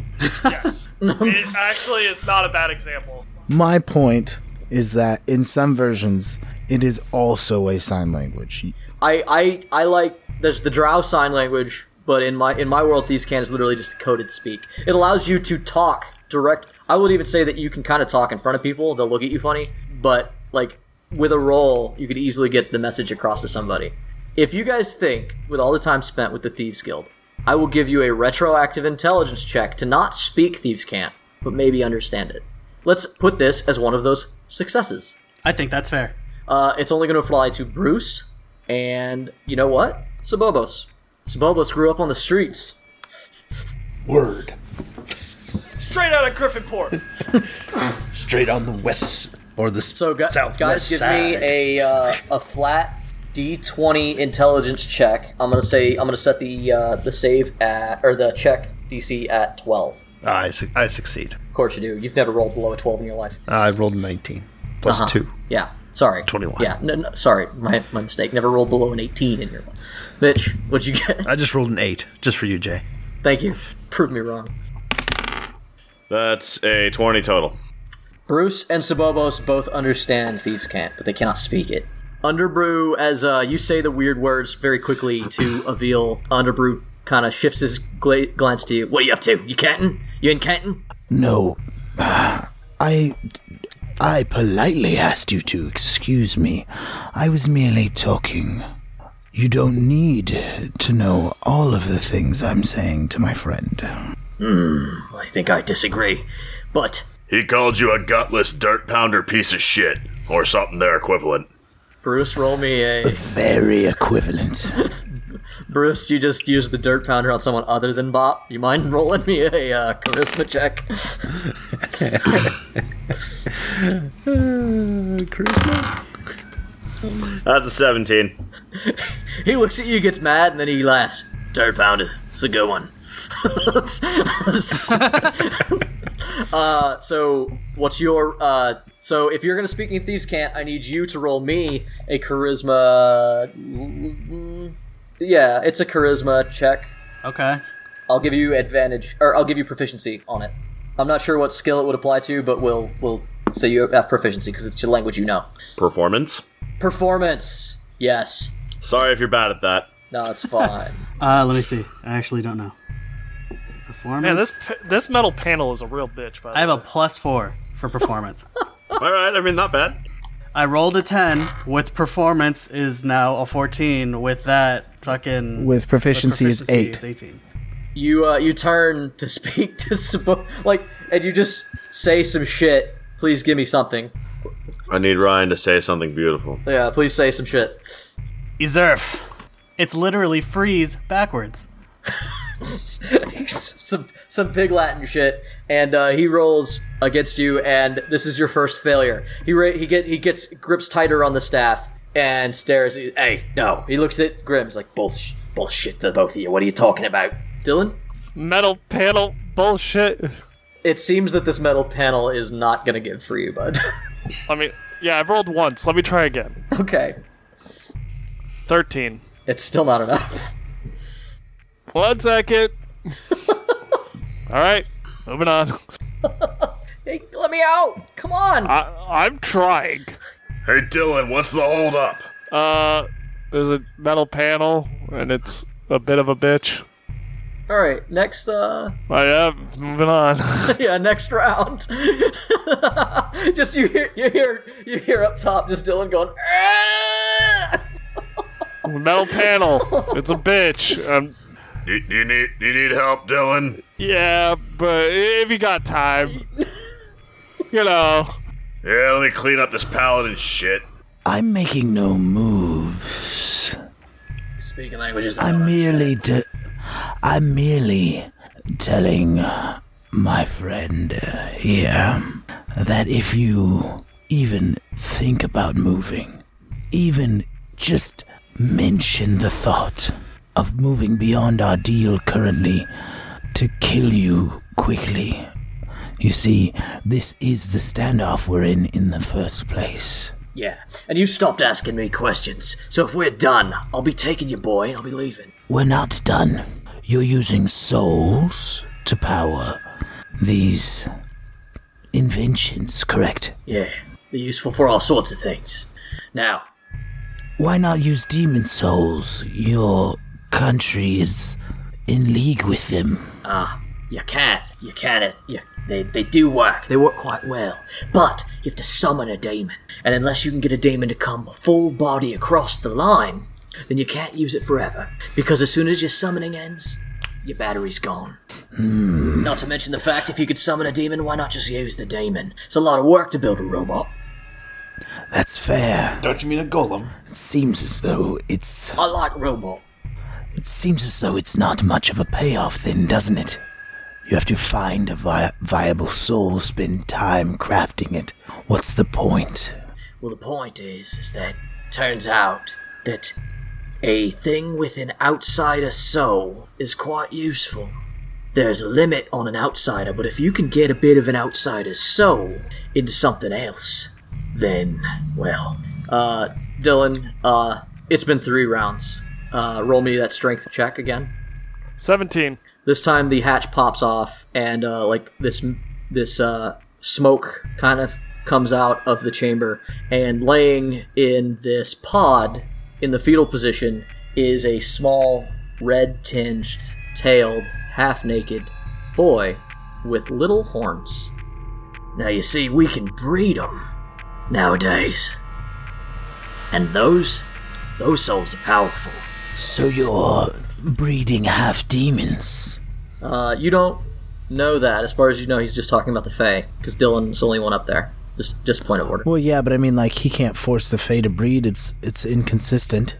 S2: it actually is not a bad example.
S6: My point is that in some versions, it is also a sign language.
S1: I I I like there's the Drow sign language, but in my in my world, thieves can is literally just coded speak. It allows you to talk direct. I would even say that you can kind of talk in front of people; they'll look at you funny. But like with a roll, you could easily get the message across to somebody. If you guys think, with all the time spent with the Thieves Guild, I will give you a retroactive intelligence check to not speak Thieves Can't, but maybe understand it. Let's put this as one of those successes.
S4: I think that's fair.
S1: Uh, it's only going to apply to Bruce and you know what? Sabobos. Sabobos grew up on the streets.
S8: Word.
S2: Straight out of Griffinport.
S3: Straight on the west or the
S1: So gu-
S3: southwest
S1: guys, give
S3: side.
S1: me a uh, a flat D20 intelligence check. I'm gonna say I'm gonna set the uh, the save at or the check DC at 12.
S3: I, su- I succeed.
S1: Of course you do. You've never rolled below a 12 in your life.
S3: I rolled a 19 plus
S1: Uh-huh.
S3: 2.
S1: Yeah. Sorry.
S3: 21.
S1: Yeah. No, no, sorry. My, my mistake. Never rolled below an 18 in your life. Mitch, what'd you get?
S3: I just rolled an 8 just for you, Jay.
S1: Thank you. Prove me wrong.
S7: That's a 20 total.
S1: Bruce and Sabobos both understand Thieves Camp, but they cannot speak it. Underbrew, as uh, you say the weird words very quickly to Avil, Underbrew kind of shifts his gla- glance to you. What are you up to? You Canton? You in Canton?
S8: No. I. I politely asked you to excuse me. I was merely talking. You don't need to know all of the things I'm saying to my friend.
S1: I think I disagree. But
S7: He called you a gutless dirt pounder piece of shit, or something their equivalent.
S1: Bruce, roll me a.
S8: Very equivalent.
S1: Bruce, you just used the dirt pounder on someone other than Bop. You mind rolling me a uh, charisma check?
S7: That's a 17.
S1: he looks at you, gets mad, and then he laughs. Dirt pounder, it's a good one. uh, so what's your uh, so if you're gonna speak in thieves can't i need you to roll me a charisma mm, yeah it's a charisma check
S4: Okay.
S1: i'll give you advantage or i'll give you proficiency on it i'm not sure what skill it would apply to but we'll we'll say you have proficiency because it's your language you know
S7: Performance?
S1: performance yes
S7: Sorry if you're bad at that.
S1: no it's fine
S4: Uh, let me see. I actually don't know. Performance.
S2: Man, this p- this metal panel is a real bitch. By the
S4: I have
S2: way.
S4: a plus four for performance.
S7: All right, I mean, not bad.
S4: I rolled a ten with performance is now a fourteen with that fucking
S6: With proficiency is eight.
S4: It's eighteen.
S1: you uh, you turn to speak to Sabo- like and you just say some shit please give me something
S7: I need Ryan to say something beautiful.
S1: yeah please say some shit
S4: Ezerf. It's literally freeze backwards.
S1: some some pig Latin shit, and uh, he rolls against you, and this is your first failure. He ra- he get he gets grips tighter on the staff and stares. at you. Hey, no. He looks at Grim's like bullshit, bullshit, the both of you. What are you talking about, Dylan?
S2: Metal panel bullshit.
S1: It seems that this metal panel is not gonna give for you, bud.
S2: Let me. Yeah, I rolled once. Let me try again.
S1: okay,
S2: 13.
S1: it's still not enough.
S2: One second. All right, moving on.
S1: Hey, let me out! Come on!
S2: I, I'm trying.
S7: Hey Dylan, what's the hold up?
S2: Uh, there's a metal panel, and it's a bit of a bitch.
S1: All right, next. uh
S2: I am moving on.
S1: Yeah, next round. just you hear you hear you hear up top just Dylan going "Ah!"
S2: metal panel. It's a bitch. Um,
S7: You, you need you need help, Dylan?
S2: yeah, but if you got time, you know.
S7: Yeah, let me clean up this paladin shit.
S8: I'm making no moves.
S1: Speaking languages.
S8: I'm merely de- I'm merely telling my friend uh, here that if you even think about moving, even just mention the thought of moving beyond our deal currently to kill you quickly. You see, this is the standoff we're in in the first place.
S1: Yeah, and you stopped asking me questions. So if we're done, I'll be taking you, boy, and I'll be leaving.
S8: We're not done. You're using souls to power these inventions, correct?
S1: Yeah, they're useful for all sorts of things. Now,
S8: Why not use demon souls? Your country is in league with them.
S1: you can't. You can't. You, they, they do work. They work quite well. But you have to summon a demon. And unless you can get a demon to come full body across the line, then you can't use it forever. Because as soon as your summoning ends, your battery's gone. Not to mention the fact if you could summon a demon, why not just use the demon? It's a lot of work to build a robot.
S8: That's fair.
S3: Don't you mean a golem?
S8: It seems as though it's
S1: I like robot.
S8: it seems as though it's not much of a payoff then, doesn't it? You have to find a vi- viable soul, spend time crafting it. What's the point?
S1: Well, the point is, is that turns out that a thing with an outsider soul is quite useful. There's a limit on an outsider, but if you can get a bit of an outsider's soul into something else, then well. Uh, Dylan, uh, it's been three rounds. Uh, roll me that strength check again.
S2: 17.
S1: This time the hatch pops off, and uh, like this this uh, smoke kind of comes out of the chamber, and laying in this pod in the fetal position is a small red tinged, tailed, half naked boy with little horns. Now you see, we can breed them nowadays, and those those souls are powerful.
S8: So you're breeding half demons.
S1: Uh, you don't know that. As far as you know, he's just talking about the Fae, because Dylan's the only one up there. Just, just point of order.
S6: Well, yeah, but I mean, like, he can't force the Fae to breed. It's it's inconsistent.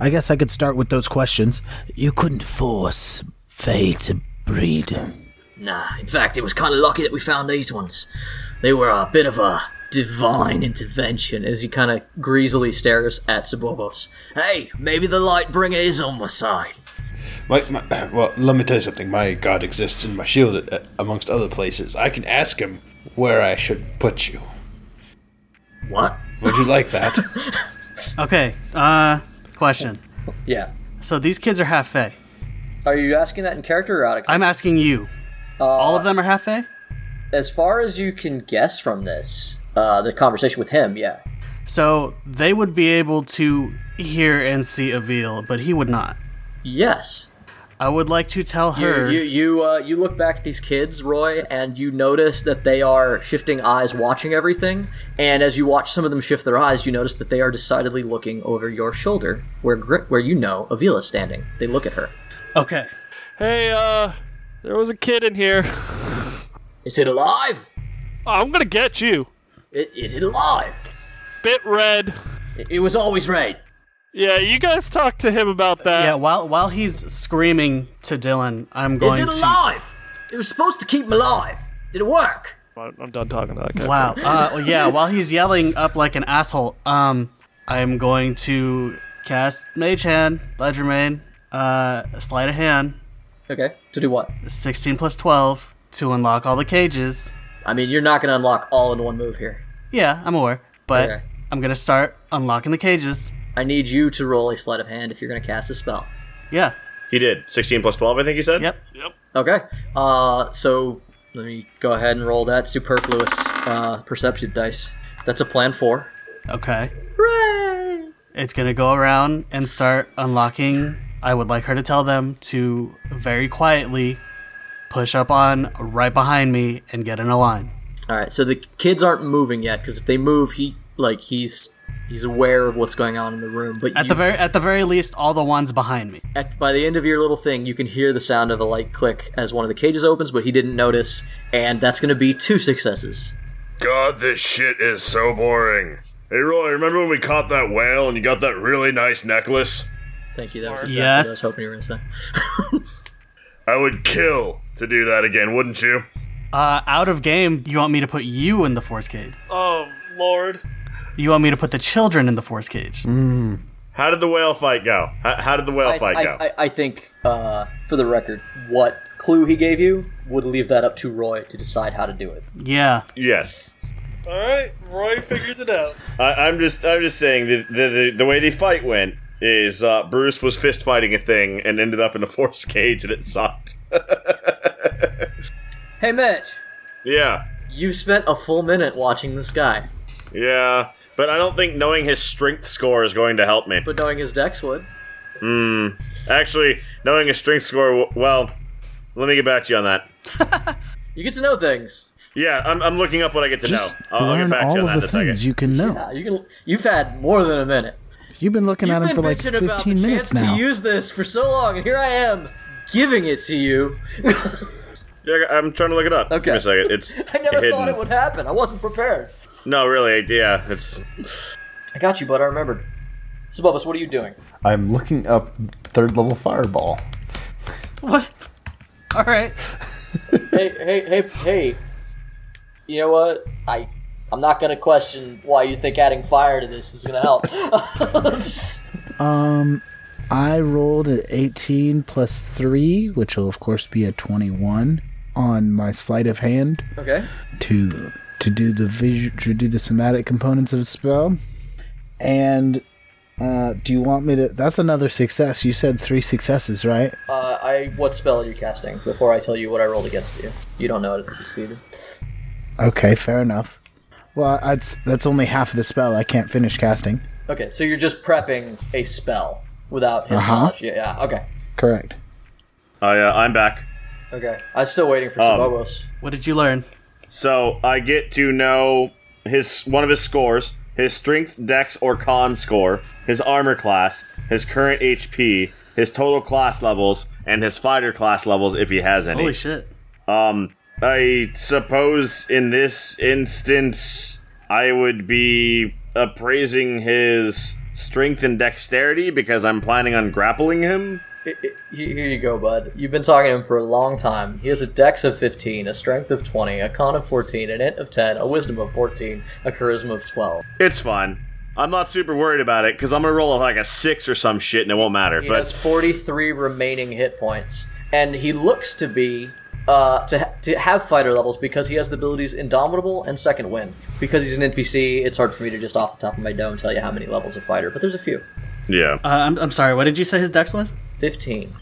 S6: I guess I could start with those questions.
S8: You couldn't force Fae to breed.
S1: Nah, Ah, in fact, it was kind of lucky that we found these ones. They were a bit of a divine intervention, as he kind of greasily stares at Sabobos. Hey, maybe the Lightbringer is on my side.
S3: My, my, well, let me tell you something. My god exists in my shield, uh, amongst other places. I can ask him where I should put you.
S1: What?
S3: Would you like that?
S4: Okay, uh, question.
S1: Yeah.
S4: So these kids are half Fae.
S1: Are you asking that in character or out of
S4: I'm asking you.
S1: Uh,
S4: All of them are half Fae?
S1: As far as you can guess from this, uh, the conversation with him, yeah.
S4: So they would be able to hear and see Avil, but he would not.
S1: Yes.
S4: I would like to tell her.
S1: You you you, uh, you look back at these kids, Roy, and you notice that they are shifting eyes, watching everything. And as you watch some of them shift their eyes, you notice that they are decidedly looking over your shoulder, where Gri- where you know Avila's standing. They look at her.
S4: okay.
S2: Hey, uh, there was a kid in here.
S1: Is it alive?
S2: I'm gonna get you.
S1: I- Is it alive?
S2: Bit red.
S1: It, it was always red.
S2: Yeah, you guys talk to him about that.
S4: Yeah, while while he's screaming to Dylan, I'm
S1: Is
S4: going
S1: it
S4: to.
S1: alive? It was supposed to keep him alive. Did it work?
S2: I'm- I'm done talking to that guy.
S4: Wow. Uh, well, yeah, while he's yelling up like an asshole, um, I'm going to cast Mage Hand, Ledger Main, uh, Sleight of Hand,
S1: Okay. To do what?
S4: 16 plus 12 to unlock all the cages.
S1: I mean, you're not going to unlock all in one move here.
S4: Yeah, I'm aware, but
S1: Okay.
S4: I'm gonna start unlocking the cages.
S1: I need you to roll a sleight of hand if you're going to cast a spell.
S4: Yeah.
S7: He did. 16 plus 12, I think he said?
S4: Yep.
S1: Okay. Uh, so let me go ahead and roll that superfluous uh, perception dice. That's a plan four.
S4: Okay. It's gonna go around and start unlocking. I would like her to tell them to very quietly push up on right behind me and get in a line.
S1: All right. So the kids aren't moving yet because if they move, he like he's he's aware of what's going on in the room. But
S4: At
S1: you,
S4: the very at the very least, all the ones behind me.
S1: at, by the end of your little thing, you can hear the sound of a light click as one of the cages opens, but he didn't notice, and that's going to be two successes.
S7: God, this shit is so boring. Hey, Roy, remember when we caught that whale and you got that really nice necklace?
S1: Thank you. That was exactly what I was
S4: Yes.
S1: hoping you were going to say.
S7: I would kill to do that again, wouldn't you?
S4: Uh, out of game, you want me to put you in the force cage.
S2: Oh Lord.
S4: You want me to put the children in the force cage.
S7: How did the whale fight go? How, how did the whale fight
S1: I,
S7: go?
S1: I, I think, uh, for the record, what clue he gave you would leave that up to Roy to decide how to do it.
S4: Yeah.
S7: yes.
S2: All right, Roy figures it out.
S7: I, I'm just I'm just saying the, the, the, the way the fight went is uh, Bruce was fist fighting a thing and ended up in a force cage and it sucked.
S1: Hey, Mitch,
S7: yeah.
S1: you spent a full minute watching this guy,
S7: Yeah. But I don't think knowing his strength score is going to help me.
S1: but knowing his dex would.
S7: Actually, knowing his strength score, w- well, let me get back to you on that.
S1: You get to know things.
S7: Yeah, I'm, I'm looking up what I get to
S6: Just
S7: know. I'll, I'll get
S6: learn
S7: back to you
S6: all
S7: on that
S6: of
S7: in
S6: the
S7: a second.
S6: things you can know.
S1: Uh, you can. You've had more than a minute.
S6: You've been looking
S1: You've
S6: at him
S1: been
S6: for like
S1: bitching about the
S6: 15 minutes
S1: chance
S6: now.
S1: to use this for so long, and here I am giving it to you.
S7: Yeah, I'm trying to look it up.
S1: Okay.
S7: Give me a second. It's
S1: I never
S7: hidden.
S1: thought it would happen. I wasn't prepared.
S7: No, really. Yeah, it's
S1: I got you, but I remembered. So, Bubba's, what are you doing?
S11: I'm looking up third level fireball.
S4: What? All right.
S1: hey, hey, hey, hey. You know what? I I'm not gonna question why you think adding fire to this is gonna help.
S6: I rolled an 18 plus 3, which will of course be a 21 on my sleight of hand
S1: okay.
S6: to to do the visu- to do the somatic components of a spell. And uh, do you want me to That's another success. You said 3 successes, right?
S1: Uh, I what spell are you casting? Before I tell you what I rolled against you, you don't know it succeeded.
S6: Okay, fair enough. Well, that's that's only half of the spell. I can't finish casting.
S1: Okay, so you're just prepping a spell without his
S6: Uh-huh.
S1: knowledge. Yeah, yeah. Okay.
S6: Correct.
S7: I, uh, I'm back.
S1: Okay. I'm still waiting for
S7: Um,
S1: Sabobos.
S4: What did you learn?
S7: So I get to know his one of his scores, his strength, dex, or con score, his armor class, his current HP, his total class levels, and his fighter class levels if he has any.
S4: Holy shit.
S7: Um, I suppose in this instance, I would be appraising his strength and dexterity because I'm planning on grappling him.
S1: I- I- Here you go, bud. You've been talking to him for a long time. He has a dex of 15, a strength of 20, a con of 14, an int of 10, a wisdom of 14, a charisma of 12.
S7: It's fine. I'm not super worried about it because I'm gonna roll like a six or some shit and it won't matter.
S1: He
S7: but
S1: has 43 remaining hit points, and he looks to be uh, to ha- to have fighter levels because he has the abilities Indomitable and Second Wind. Because he's an NPC, it's hard for me to just off the top of my dome tell you how many levels of fighter, but there's a few.
S7: yeah,
S4: Uh, I'm, I'm sorry. What did you say his dex was?
S1: 15.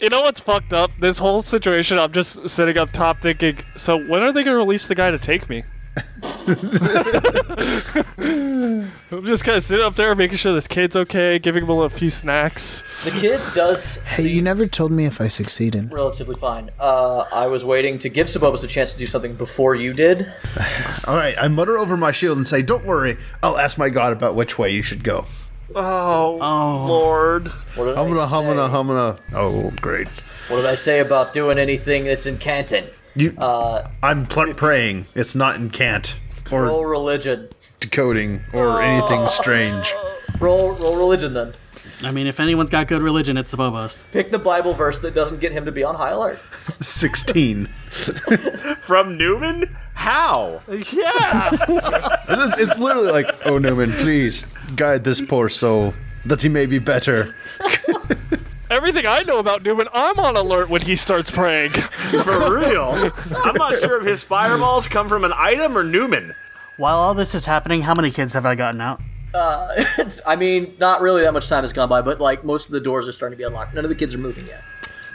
S2: You know what's fucked up? This whole situation, I'm just sitting up top thinking, so when are they going to release the guy to take me? I'm just kind of sitting up there making sure this kid's okay, giving him a few snacks.
S1: The kid does
S6: Hey, you never told me if I succeeded.
S1: relatively fine. Uh, I was waiting to give Sabobos a chance to do something before you did.
S11: All right, I mutter over my shield and say, "Don't worry, I'll ask my god about which way you should go."
S2: Oh, Lord.
S1: What did, I
S11: Humana,
S1: say?
S11: humana, humana. Oh, great!
S1: What did I say about doing anything that's in Canton?
S11: You, I'm pl- praying it's not in Cant
S1: Roll Oh.
S11: or
S1: religion.
S11: decoding or anything strange.
S1: Roll roll religion then.
S4: I mean, if anyone's got good religion, it's the Bobos.
S1: Pick the Bible verse that doesn't get him to be on high alert.
S11: 16.
S7: From Newman? How?
S11: it's, it's literally like, oh, Newman, please guide this poor soul that he may be better.
S2: Everything I know about Newman, I'm on alert when he starts praying.
S7: For real? I'm not sure if his fireballs come from an item or Newman.
S4: While all this is happening, how many kids have I gotten out?
S1: I mean, not really that much time has gone by, but like most of the doors are starting to be unlocked. None of the kids are moving yet.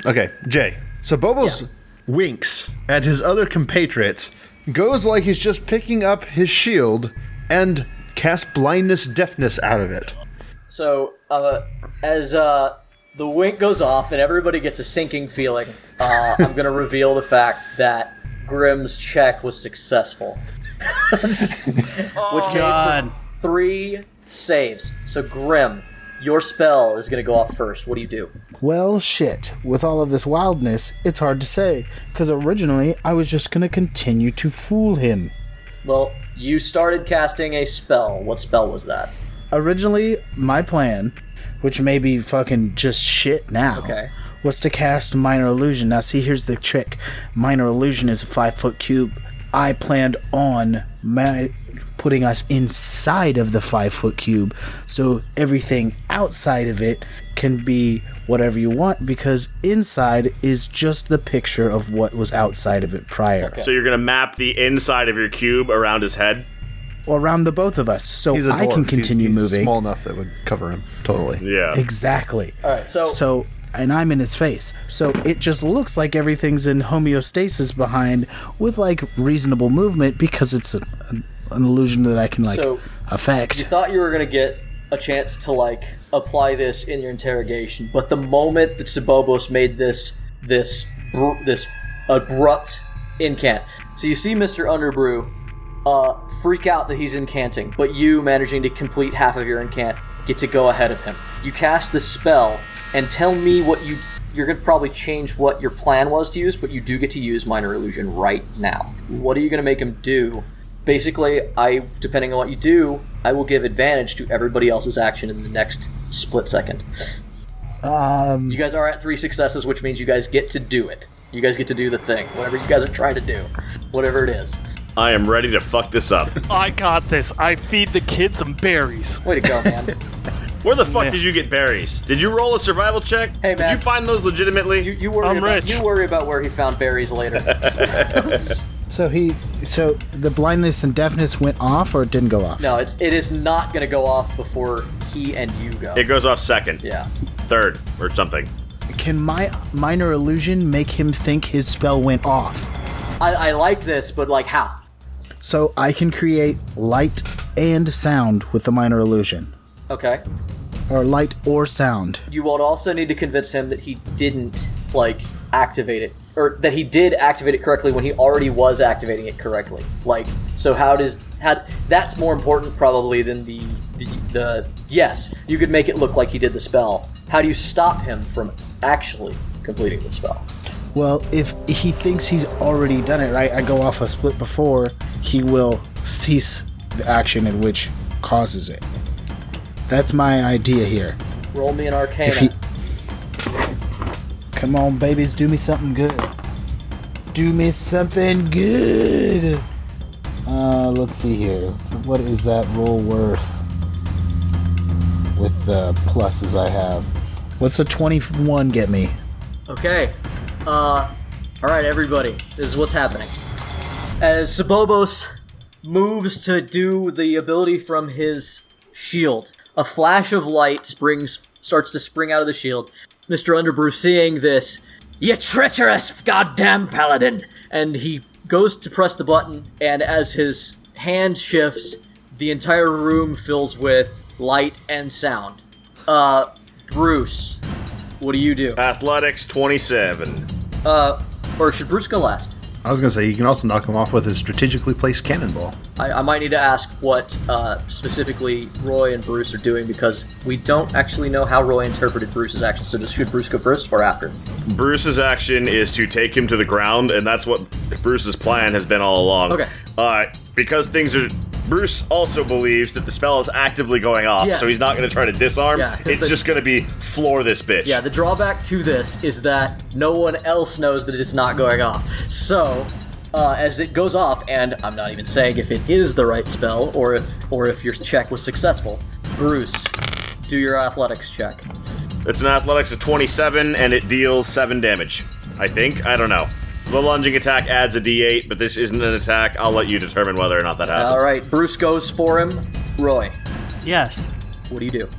S11: Okay, Jay. So Bobo's winks at his other compatriots, goes like he's just picking up his shield, and casts blindness, deafness out of it.
S1: So, uh, as uh, the wink goes off and everybody gets a sinking feeling, uh, I'm going to reveal the fact that Grimm's check was successful, which made
S4: God.
S1: for three saves. So, Grim, your spell is going to go off first. What do you do?
S6: Well, shit. With all of this wildness, it's hard to say, because originally I was just going to continue to fool him.
S1: Well, you started casting a spell. What spell was that?
S6: Originally, my plan, which may be fucking just shit now,
S1: Okay.
S6: was to cast Minor Illusion. Now, see, here's the trick Minor Illusion is a five foot cube. I planned on my. Putting us inside of the five foot cube, so everything outside of it can be whatever you want because inside is just the picture of what was outside of it prior.
S7: So you're gonna map the inside of your cube around his head?
S6: Or around the both of us, so
S11: He's a
S6: I
S11: dwarf.
S6: can
S11: He-
S6: continue
S11: he's
S6: moving.
S11: Small enough that would cover him totally.
S7: Yeah.
S6: Exactly.
S1: All right, so,
S6: So, and I'm in his face. So it just looks like everything's in homeostasis behind with like reasonable movement because it's a, an an illusion that I can like
S1: So-
S6: affect.
S1: you thought you were going to get a chance to like apply this in your interrogation, but the moment that Sabobos made this this br- this abrupt incant, so you see Mister Underbrew uh, freak out that he's incanting, but you managing to complete half of your incant get to go ahead of him. You cast this spell and tell me what you you're gonna probably change what your plan was to use, but you do get to use minor illusion right now. What are you gonna make him do? Basically, I depending on what you do, I will give advantage to everybody else's action in the next split second. Um, you guys are at three successes, which means you guys get to do it. You guys get to do the thing, whatever you guys are trying to do, whatever it is.
S7: I am ready to fuck this up.
S2: I got this. I feed the kids some berries.
S1: Way to go, man!
S7: Where the fuck did you get berries? Did you roll a survival check?
S1: Hey,
S7: Did
S1: man.
S7: you find those legitimately?
S1: You, you worry
S2: I'm
S1: about
S2: rich.
S1: you worry about where he found berries later.
S6: So he, so the blindness and deafness went off or it didn't go off?
S1: no, it's it is not gonna go off before he and you go.
S7: it goes off second,
S1: yeah.
S7: third, or something.
S6: Can my minor illusion make him think his spell went off?
S1: I, I like this, but like how?
S6: So I can create light and sound with the minor illusion,
S1: Okay.
S6: or light or sound.
S1: You will also need to convince him that he didn't like activate it, or that he did activate it correctly when he already was activating it correctly. Like, so how does how that's more important probably than the the, the yes. You could make it look like he did the spell. How do you stop him from actually completing the spell?
S6: Well, if he thinks he's already done it, right? I go off a split before, he will cease the action in which causes it. That's my idea here.
S1: Roll me an arcana.
S6: If he Come on, babies, do me something good. Do me something good. Uh, let's see here. What is that roll worth with the pluses I have? What's a 21 get me?
S1: Okay. Uh, all right, everybody. This is what's happening. As Sabobos moves to do the ability from his shield, a flash of light springs starts to spring out of the shield. Mr. Underbrew, seeing this, you treacherous goddamn paladin! And he goes to press the button, and as his hand shifts, the entire room fills with light and sound. Uh, Bruce, what do you do?
S7: Athletics 27.
S1: Uh, or should Bruce go last?
S11: I was going to say, you can also knock him off with a strategically placed cannonball.
S1: I, I might need to ask what uh, specifically Roy and Bruce are doing because we don't actually know how Roy interpreted Bruce's action. So, does, should Bruce go first or after?
S7: Bruce's action is to take him to the ground, and that's what Bruce's plan has been all along.
S1: Okay.
S7: Uh, because things are Bruce also believes that the spell is actively going off,
S1: Yeah.
S7: so he's not going to try to disarm.
S1: Yeah, 'cause
S7: it's
S1: the-
S7: just going to be floor this bitch.
S1: Yeah, the drawback to this is that no one else knows that it's not going off. So, uh, as it goes off, and I'm not even saying if it is the right spell or if or if your check was successful, Bruce, do your athletics check.
S7: It's an athletics of 27, and it deals 7 damage. I think. I don't know. The lunging attack adds a d8, but this isn't an attack. I'll let you determine whether or not that happens.
S1: All right, Bruce goes for him. Roy,
S4: Yes.
S1: what do you do?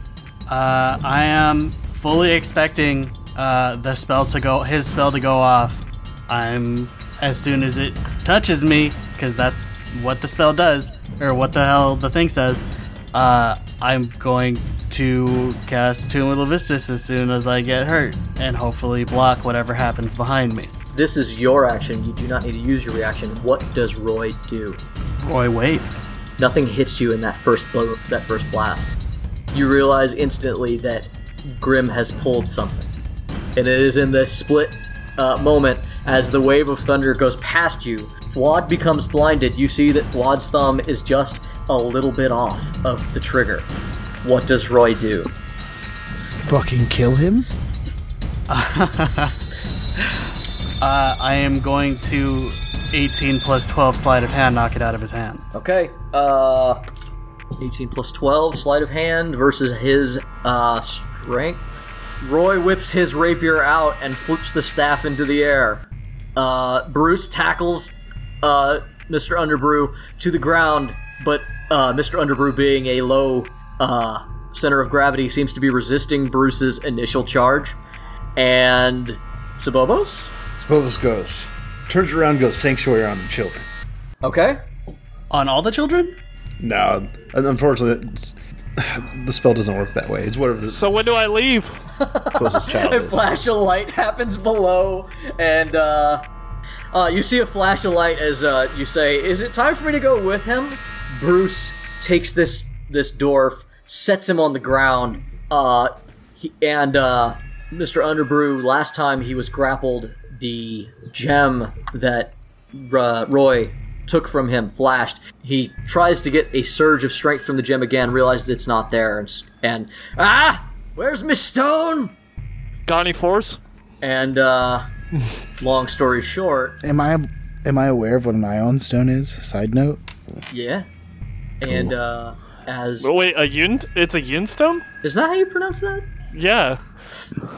S4: Uh, I am fully expecting uh, the spell to go, his spell to go off. I'm as soon as it touches me, because that's what the spell does, or what the hell the thing says. Uh, I'm going to cast Tomb of Levistus as soon as I get hurt, and hopefully block whatever happens behind me.
S1: This is your action. You do not need to use your reaction. What does Roy do?
S4: Roy waits.
S1: Nothing hits you in that first blow, that first blast. You realize instantly that Grim has pulled something, and it is in the split uh, moment as the wave of thunder goes past you. Flawed becomes blinded. You see that Flawad's thumb is just a little bit off of the trigger. What does Roy do?
S6: Fucking kill him?
S4: Uh, I am going to 18 plus 12 sleight of hand, knock it out of his hand.
S1: Okay. Uh, 18 plus 12, sleight of hand versus his uh, strength. Roy whips his rapier out and flips the staff into the air. Uh, Bruce tackles uh, Mr. Underbrew to the ground, but uh, Mr. Underbrew, being a low uh, center of gravity, seems to be resisting Bruce's initial charge. And Sabobos?
S11: Spobos goes, turns around, goes sanctuary on the children.
S1: Okay.
S4: On all the children?
S11: No, and unfortunately, it's- the spell doesn't work that way. It's whatever the
S2: So when do I leave?
S11: closest child
S1: a
S11: is.
S1: flash of light happens below, and uh, uh, you see a flash of light as uh, you say, "Is it time for me to go with him?" Bruce takes this this dwarf, sets him on the ground, uh, he, and uh, Mr. Underbrew. Last time he was grappled, the gem that uh, Roy took from him flashed. He tries to get a surge of strength from the gem again, realizes it's not there, and, s- and ah, where's Miss Stone?
S2: Got any force?
S1: And uh, long story short,
S6: Am I am I aware of what an ion stone is? Side note.
S1: yeah. And uh, as
S2: Oh, Wait, a yun? It's a yun stone?
S1: is that how you pronounce that?
S2: Yeah.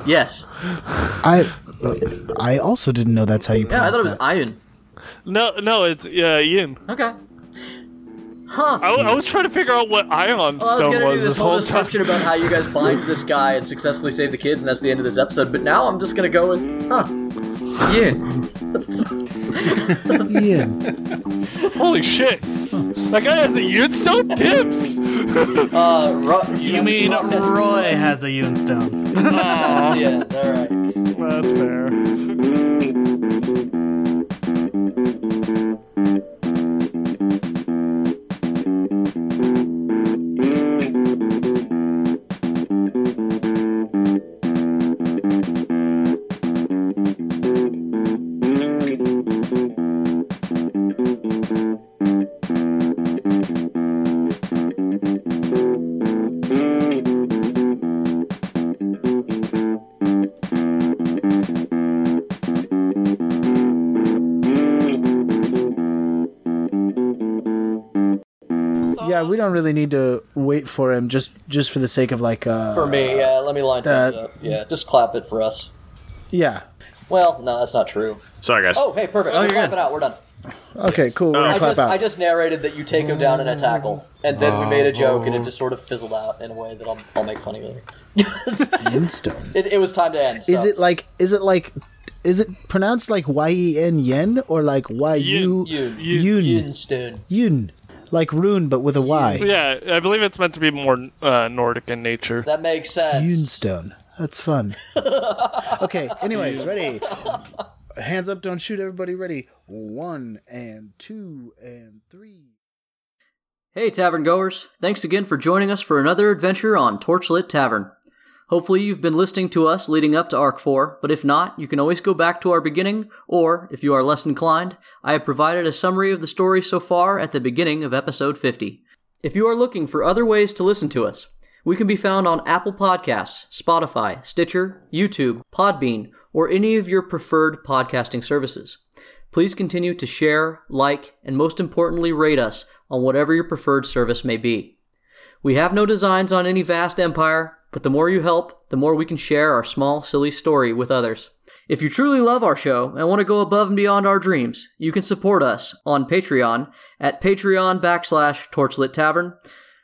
S1: Yes.
S6: I uh, I also didn't know that's how you
S1: Yeah, I
S6: pronounce
S1: thought it was
S6: that.
S1: iron.
S2: No, no, it's uh, yin.
S1: Okay. Huh.
S2: I, I was trying to figure out what ion
S1: Well, I was
S2: stone
S1: gonna
S2: was
S1: do this whole
S2: whole time.
S1: description about how you guys bind this guy and successfully save the kids, and that's the end of this episode. But now I'm just gonna go with huh. Yeah.
S6: Yeah.
S2: Holy shit! That guy has a yun stone tips.
S1: Uh, ru-
S4: You mean Roy has a Yun stone?
S1: yeah. All right.
S2: That's fair.
S6: yeah, we don't really need to wait for him just just for the sake of like uh
S1: For me, yeah. Let me line
S6: that-
S1: things up. Yeah. Just clap it for us.
S6: yeah.
S1: Well, no, that's not true.
S7: Sorry, guys.
S1: Oh, hey, perfect. We're clapping out. We're done.
S6: Okay, cool. We're
S1: I
S6: gonna clap
S1: just,
S6: out.
S1: I just narrated that you take him down in a tackle, and then we made a joke,
S6: Oh.
S1: and it just sort of fizzled out in a way that I'll, I'll make funny later.
S6: Ion stone.
S1: It, it was time to end.
S6: Is
S1: so.
S6: it like is it like is it pronounced like Y E N yen or like Y U
S1: Yun.
S6: yun
S1: Yunstone?
S6: yun like rune but with a Y
S2: Yeah, I believe it's meant to be more uh, Nordic in nature.
S1: That makes sense.
S6: yun E stone. That's fun. Okay. Anyways, ready. Hands up, don't shoot. Everybody, ready. One and two and three.
S1: Hey, tavern goers! Thanks again for joining us for another adventure on Torchlit Tavern.
S10: Hopefully, you've been listening to us leading up to Arc 4, but if not, you can always go back to our beginning, or, if you are less inclined, I have provided a summary of the story so far at the beginning of episode 50. If you are looking for other ways to listen to us, we can be found on Apple Podcasts, Spotify, Stitcher, YouTube, Podbean, or any of your preferred podcasting services. Please continue to share, like, and most importantly, rate us on whatever your preferred service may be. We have no designs on any vast empire, but the more you help, the more we can share our small, silly story with others. If you truly love our show and want to go above and beyond our dreams, you can support us on Patreon at patreon backslash torchlit tavern,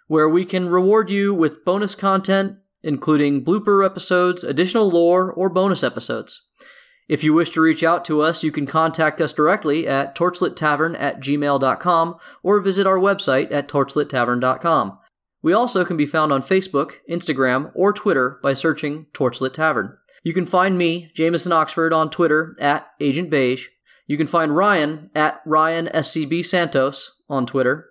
S10: where we can reward you with bonus content, including blooper episodes, additional lore, or bonus episodes. If you wish to reach out to us, you can contact us directly at torchlittavern at gmail.com or visit our website at torchlittavern.com. We also can be found on Facebook, Instagram, or Twitter by searching Torchlit Tavern. You can find me, Jameson Oxford, on Twitter at Agent Beige. You can find Ryan at Ryan SCB Santos on Twitter.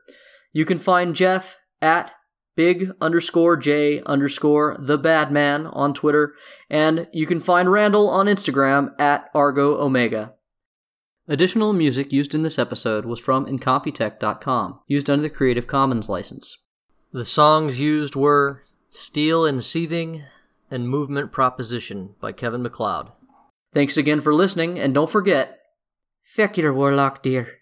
S10: You can find Jeff at big underscore J underscore the bad man on Twitter, and you can find Randall on Instagram at Argo Omega. Additional music used in this episode was from Incompetech.com, used under the Creative Commons license. The songs used were Steel and Seething and Movement Proposition by Kevin McLeod. Thanks again for listening, and don't forget, feck your warlock, dear.